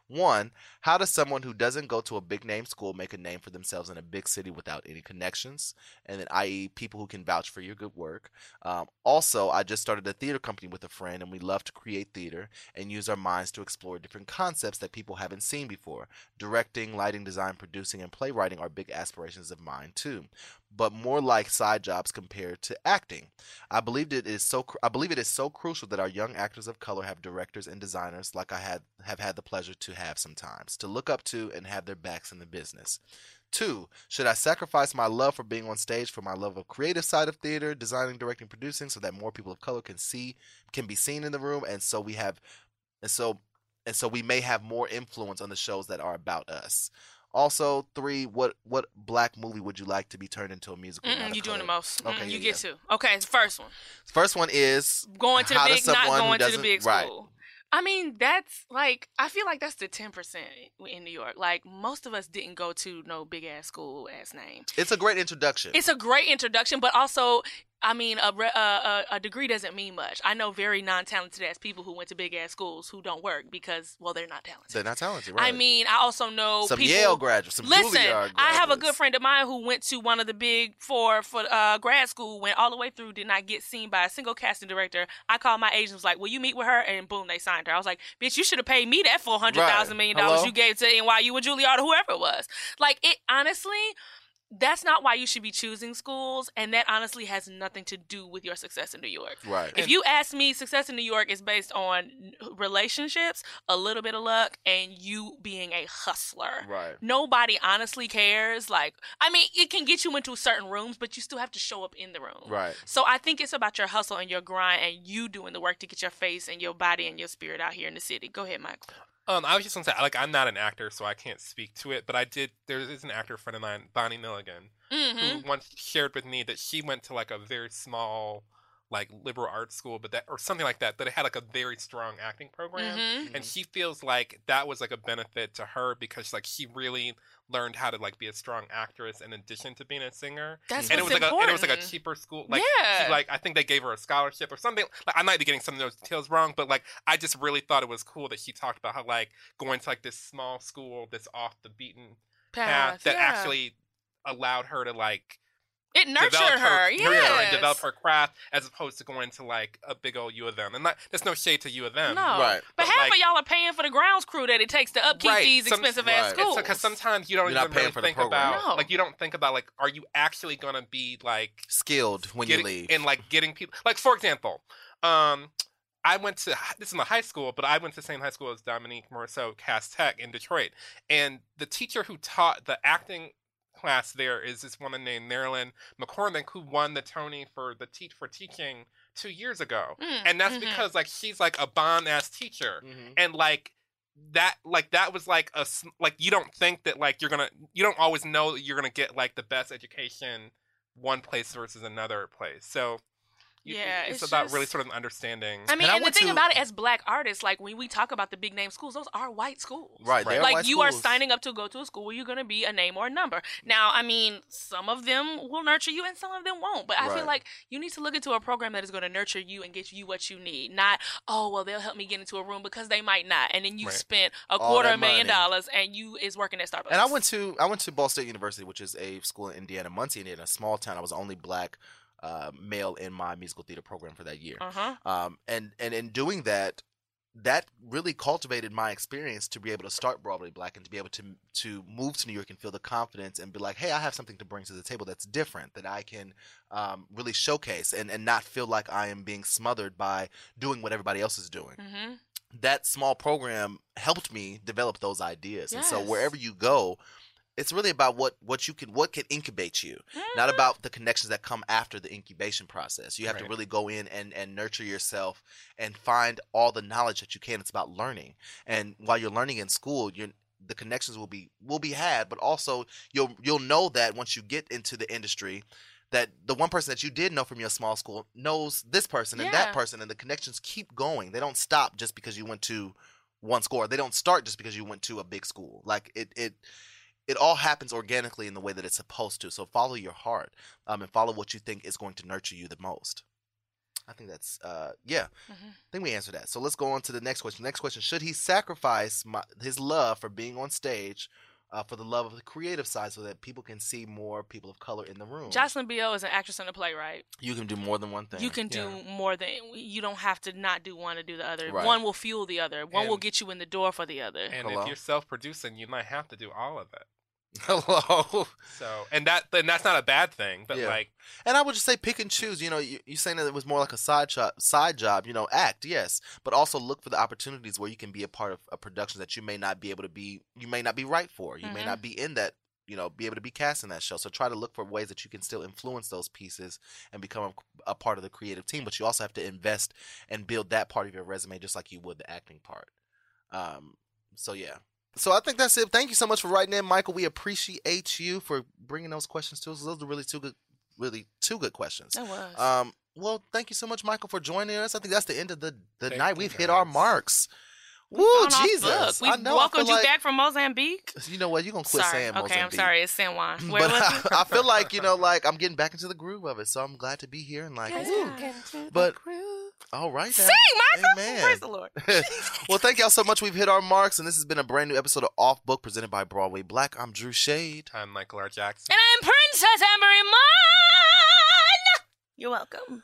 S2: one, how does someone who doesn't go to a big name school make a name for themselves in a big city without any connections? And then, i.e., people who can vouch for your good work. Um, also, I just started a theater company with a friend, and we love to create theater and use our minds to explore different concepts that people haven't seen before. Directing, lighting design, producing, and playwriting are big aspirations of mine too, but more like side jobs compared to acting. I believed it is so. cr- I believe it is so crucial that our young actors of color have directors and designers like I had have had the pleasure to have sometimes to look up to and have their backs in the business. Two, should I sacrifice my love for being on stage for my love of creative side of theater, designing, directing, producing, so that more people of color can see can be seen in the room, and so we have, and so and so we may have more influence on the shows that are about us. Also, three, what what black movie would you like to be turned into a musical?
S4: Mm-mm,
S2: not a
S4: you doing the
S2: colored?
S4: most. Mm,
S2: Okay,
S4: you
S2: yeah,
S4: get to. Okay, it's the first one.
S2: First one is
S4: Going to the
S2: how does
S4: big, not
S2: someone who
S4: going to the
S2: doesn't-
S4: big
S2: right.
S4: school. I mean, that's like I feel like that's the ten percent in New York. Like most of us didn't go to no big ass school ass name.
S2: It's a great introduction.
S4: It's a great introduction, but also I mean, a, re- a, a, a degree doesn't mean much. I know very non talented ass people who went to big ass schools who don't work because, well, they're not talented.
S2: They're not talented, right?
S4: I mean, I also know
S2: some
S4: people.
S2: Yale graduates, some
S4: Listen,
S2: Juilliard graduates.
S4: I have a good friend of mine who went to one of the big four for uh, grad school, went all the way through, did not get seen by a single casting director. I called my agent, was like, "Will you meet with her?" And boom, they signed her. I was like, "Bitch, you should have paid me that four hundred thousand million
S2: Right.
S4: dollars
S2: Hello?
S4: you gave to NYU or Juilliard or whoever it was." Like it, honestly. That's not why you should be choosing schools, and that honestly has nothing to do with your success in New York.
S2: Right.
S4: If you ask me, success in New York is based on relationships, a little bit of luck, and you being a hustler.
S2: Right.
S4: Nobody honestly cares. Like, I mean, it can get you into certain rooms, but you still have to show up in the room.
S2: Right.
S4: So I think it's about your hustle and your grind and you doing the work to get your face and your body and your spirit out here in the city. Go ahead, Michael.
S3: Um, I was just gonna say, like, I'm not an actor, so I can't speak to it, but I did. There is an actor friend of mine, Bonnie Milligan,
S4: Mm-hmm.
S3: who once shared with me that she went to like a very small, like liberal arts school, but that or something like that, that it had like a very strong acting program,
S4: Mhm.
S3: and she feels like that was like a benefit to her because like she really learned how to like be a strong actress in addition to being a singer.
S4: That's
S3: and it was
S4: what's
S3: like a, and it was like a
S4: important.
S3: cheaper school. Like,
S4: Yeah.
S3: she, like I think they gave her a scholarship or something. Like I might be getting some of those details wrong, but like I just really thought it was cool that she talked about how like going to like this small school that's off the beaten path, that
S4: yeah.
S3: actually allowed her to like
S4: it nurtured
S3: develop
S4: her.
S3: her career
S4: yes.
S3: and develop her craft as opposed to going to like a big old U of M. And not, there's no shade to U of
S4: No,
S3: M.
S2: Right.
S4: but,
S3: But
S4: half
S3: like-
S4: of y'all are paying for the grounds crew that it takes to upkeep
S3: Right.
S4: these
S3: Some-
S4: expensive ass
S2: Right. It's
S4: schools.
S3: Because sometimes you don't
S2: You're not
S3: even
S2: paying
S3: really
S2: for the
S3: think
S2: program.
S3: about
S4: No.
S3: like you don't think about like are you actually gonna be like
S2: skilled when
S3: getting
S2: you leave.
S3: and like getting people like for example um i went to this is my high school but i went to the same high school as dominique morisseau cass tech in detroit and the teacher who taught the acting class there is this woman named marilyn mccormick who won the tony for the teach for teaching two years ago
S4: Mm,
S3: and that's
S4: mhm.
S3: because like she's like a bomb ass teacher
S4: Mm-hmm.
S2: Mhm.
S3: and like that like that was like a s- like you don't think that like you're gonna you don't always know that you're gonna get like the best education one place versus another place so you-
S4: Yeah,
S3: it's,
S4: it's
S3: about really
S4: just-
S3: sort of understanding
S4: I mean,
S2: And I
S4: and, the
S2: went
S4: thing
S2: to-
S4: about it, as black artists, like when we talk about the big name schools, those are white schools.
S2: Right. they
S3: Right.
S2: are
S4: Like
S2: white
S4: you are
S2: schools.
S4: signing up to go to a school where you're going to be a name or a number. Now, I mean, some of them will nurture you and some of them won't. But I feel
S2: Right.
S4: like you need to look into a program that is going to nurture you and get you what you need. Not oh well, they'll help me get into a room because they might not. And then you
S3: Right.
S4: spent a
S2: All
S4: quarter
S2: that
S4: of a million
S2: money.
S4: dollars and you is working at Starbucks.
S2: And I went to I went to Ball State University, which is a school in Indiana, Muncie, Indiana, a small town. I was the only black uh, male in my musical theater program for that year.
S4: Uh huh.
S2: Um, and and in doing that, that really cultivated my experience to be able to start Broadway Black and to be able to to move to New York and feel the confidence and be like, hey, I have something to bring to the table that's different that I can um, really showcase and and not feel like I am being smothered by doing what everybody else is doing
S4: Mm-hmm.
S2: that small program helped me develop those ideas. And so
S4: Yes.
S2: wherever you go, it's really about what what you can what can incubate you,
S4: mm-hmm.
S2: not about the connections that come after the incubation process. You have to
S3: Right.
S2: really go in and and nurture yourself and find all the knowledge that you can. It's about learning. And while you're learning in school, you're the connections will be will be had, but also you'll you'll know that once you get into the industry that the one person that you did know from your small school knows this person and
S4: Yeah.
S2: that person and the connections keep going. They don't stop just because you went to one score. They don't start just because you went to a big school. Like it it it all happens organically in the way that it's supposed to. So follow your heart um, and follow what you think is going to nurture you the most. I think that's uh yeah.
S4: Mm-hmm.
S2: I think we answered that. So let's go on to the next question. Next question: Should he sacrifice my, his love for being on stage uh, for the love of the creative side, so that people can see more people of color in the room?
S4: Jocelyn Biel is an actress and a playwright.
S2: you can do more than one thing.
S4: You can do more than you don't have to not do one to do the other.
S2: Right.
S4: One will fuel the other. One will
S3: And-
S4: get you in the door for the other.
S3: and
S2: Hello?
S3: if you're self-producing you might have to do all of it
S2: hello.
S3: so and that and that's not a bad thing but
S2: Yeah.
S3: like
S2: And I would just say pick and choose. You know, you, you saying that it was more like a side job, side job. You know, act yes, but also look for the opportunities where you can be a part of a production that you may not be able to be. You may not be right for. You may
S4: Mhm.
S2: not be in that. You know, be able to be cast in that show. So try to look for ways that you can still influence those pieces and become a, a part of the creative team. But you also have to invest and build that part of your resume, just like you would the acting part. Um, so yeah. So I think that's it. Thank you so much for writing in, Michael. We appreciate you for bringing those questions to us. Those are really two good, really two good questions.
S4: That was.
S2: Um, well, thank you so much, Michael, for joining us. I think that's the end of the the
S3: Thank
S2: night.
S3: you,
S2: We've hit our
S3: guys.
S2: marks. Woo,
S4: gone off
S2: Jesus.
S4: book. We
S2: I know. I
S4: welcomed
S2: feel
S4: you
S2: like-
S4: back from Mozambique.
S2: You know what? You're going to quit
S4: sorry.
S2: saying
S4: okay, I'm
S2: Mozambique. Mm,
S4: sorry. It's San Juan. Where
S2: but
S4: was it?
S2: I, I feel like you know, like I'm getting back into the groove of it, so I'm glad to be here and like, woo. but all right, now.
S4: Sing, Michael.
S2: Amen.
S4: Praise the Lord.
S2: well, thank y'all so much. We've hit our marks, and this has been a brand new episode of Off Book presented by Broadway Black. I'm Drew Shade.
S3: I'm Michael R. Jackson.
S4: And I'm Princess Ambery Mon. You're welcome.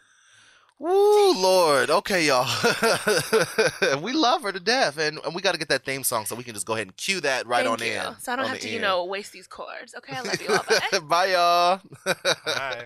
S2: Woo, Lord. Okay, y'all. we love her to death, and, and we got to get that theme song so we can just go ahead and cue that right
S4: Thank
S2: on
S4: you.
S2: in.
S4: So I don't
S2: on
S4: have
S2: the
S4: to, you
S2: end.
S4: know, waste these cards. Okay, I love you all. Bye.
S2: Bye, y'all.
S3: Hi.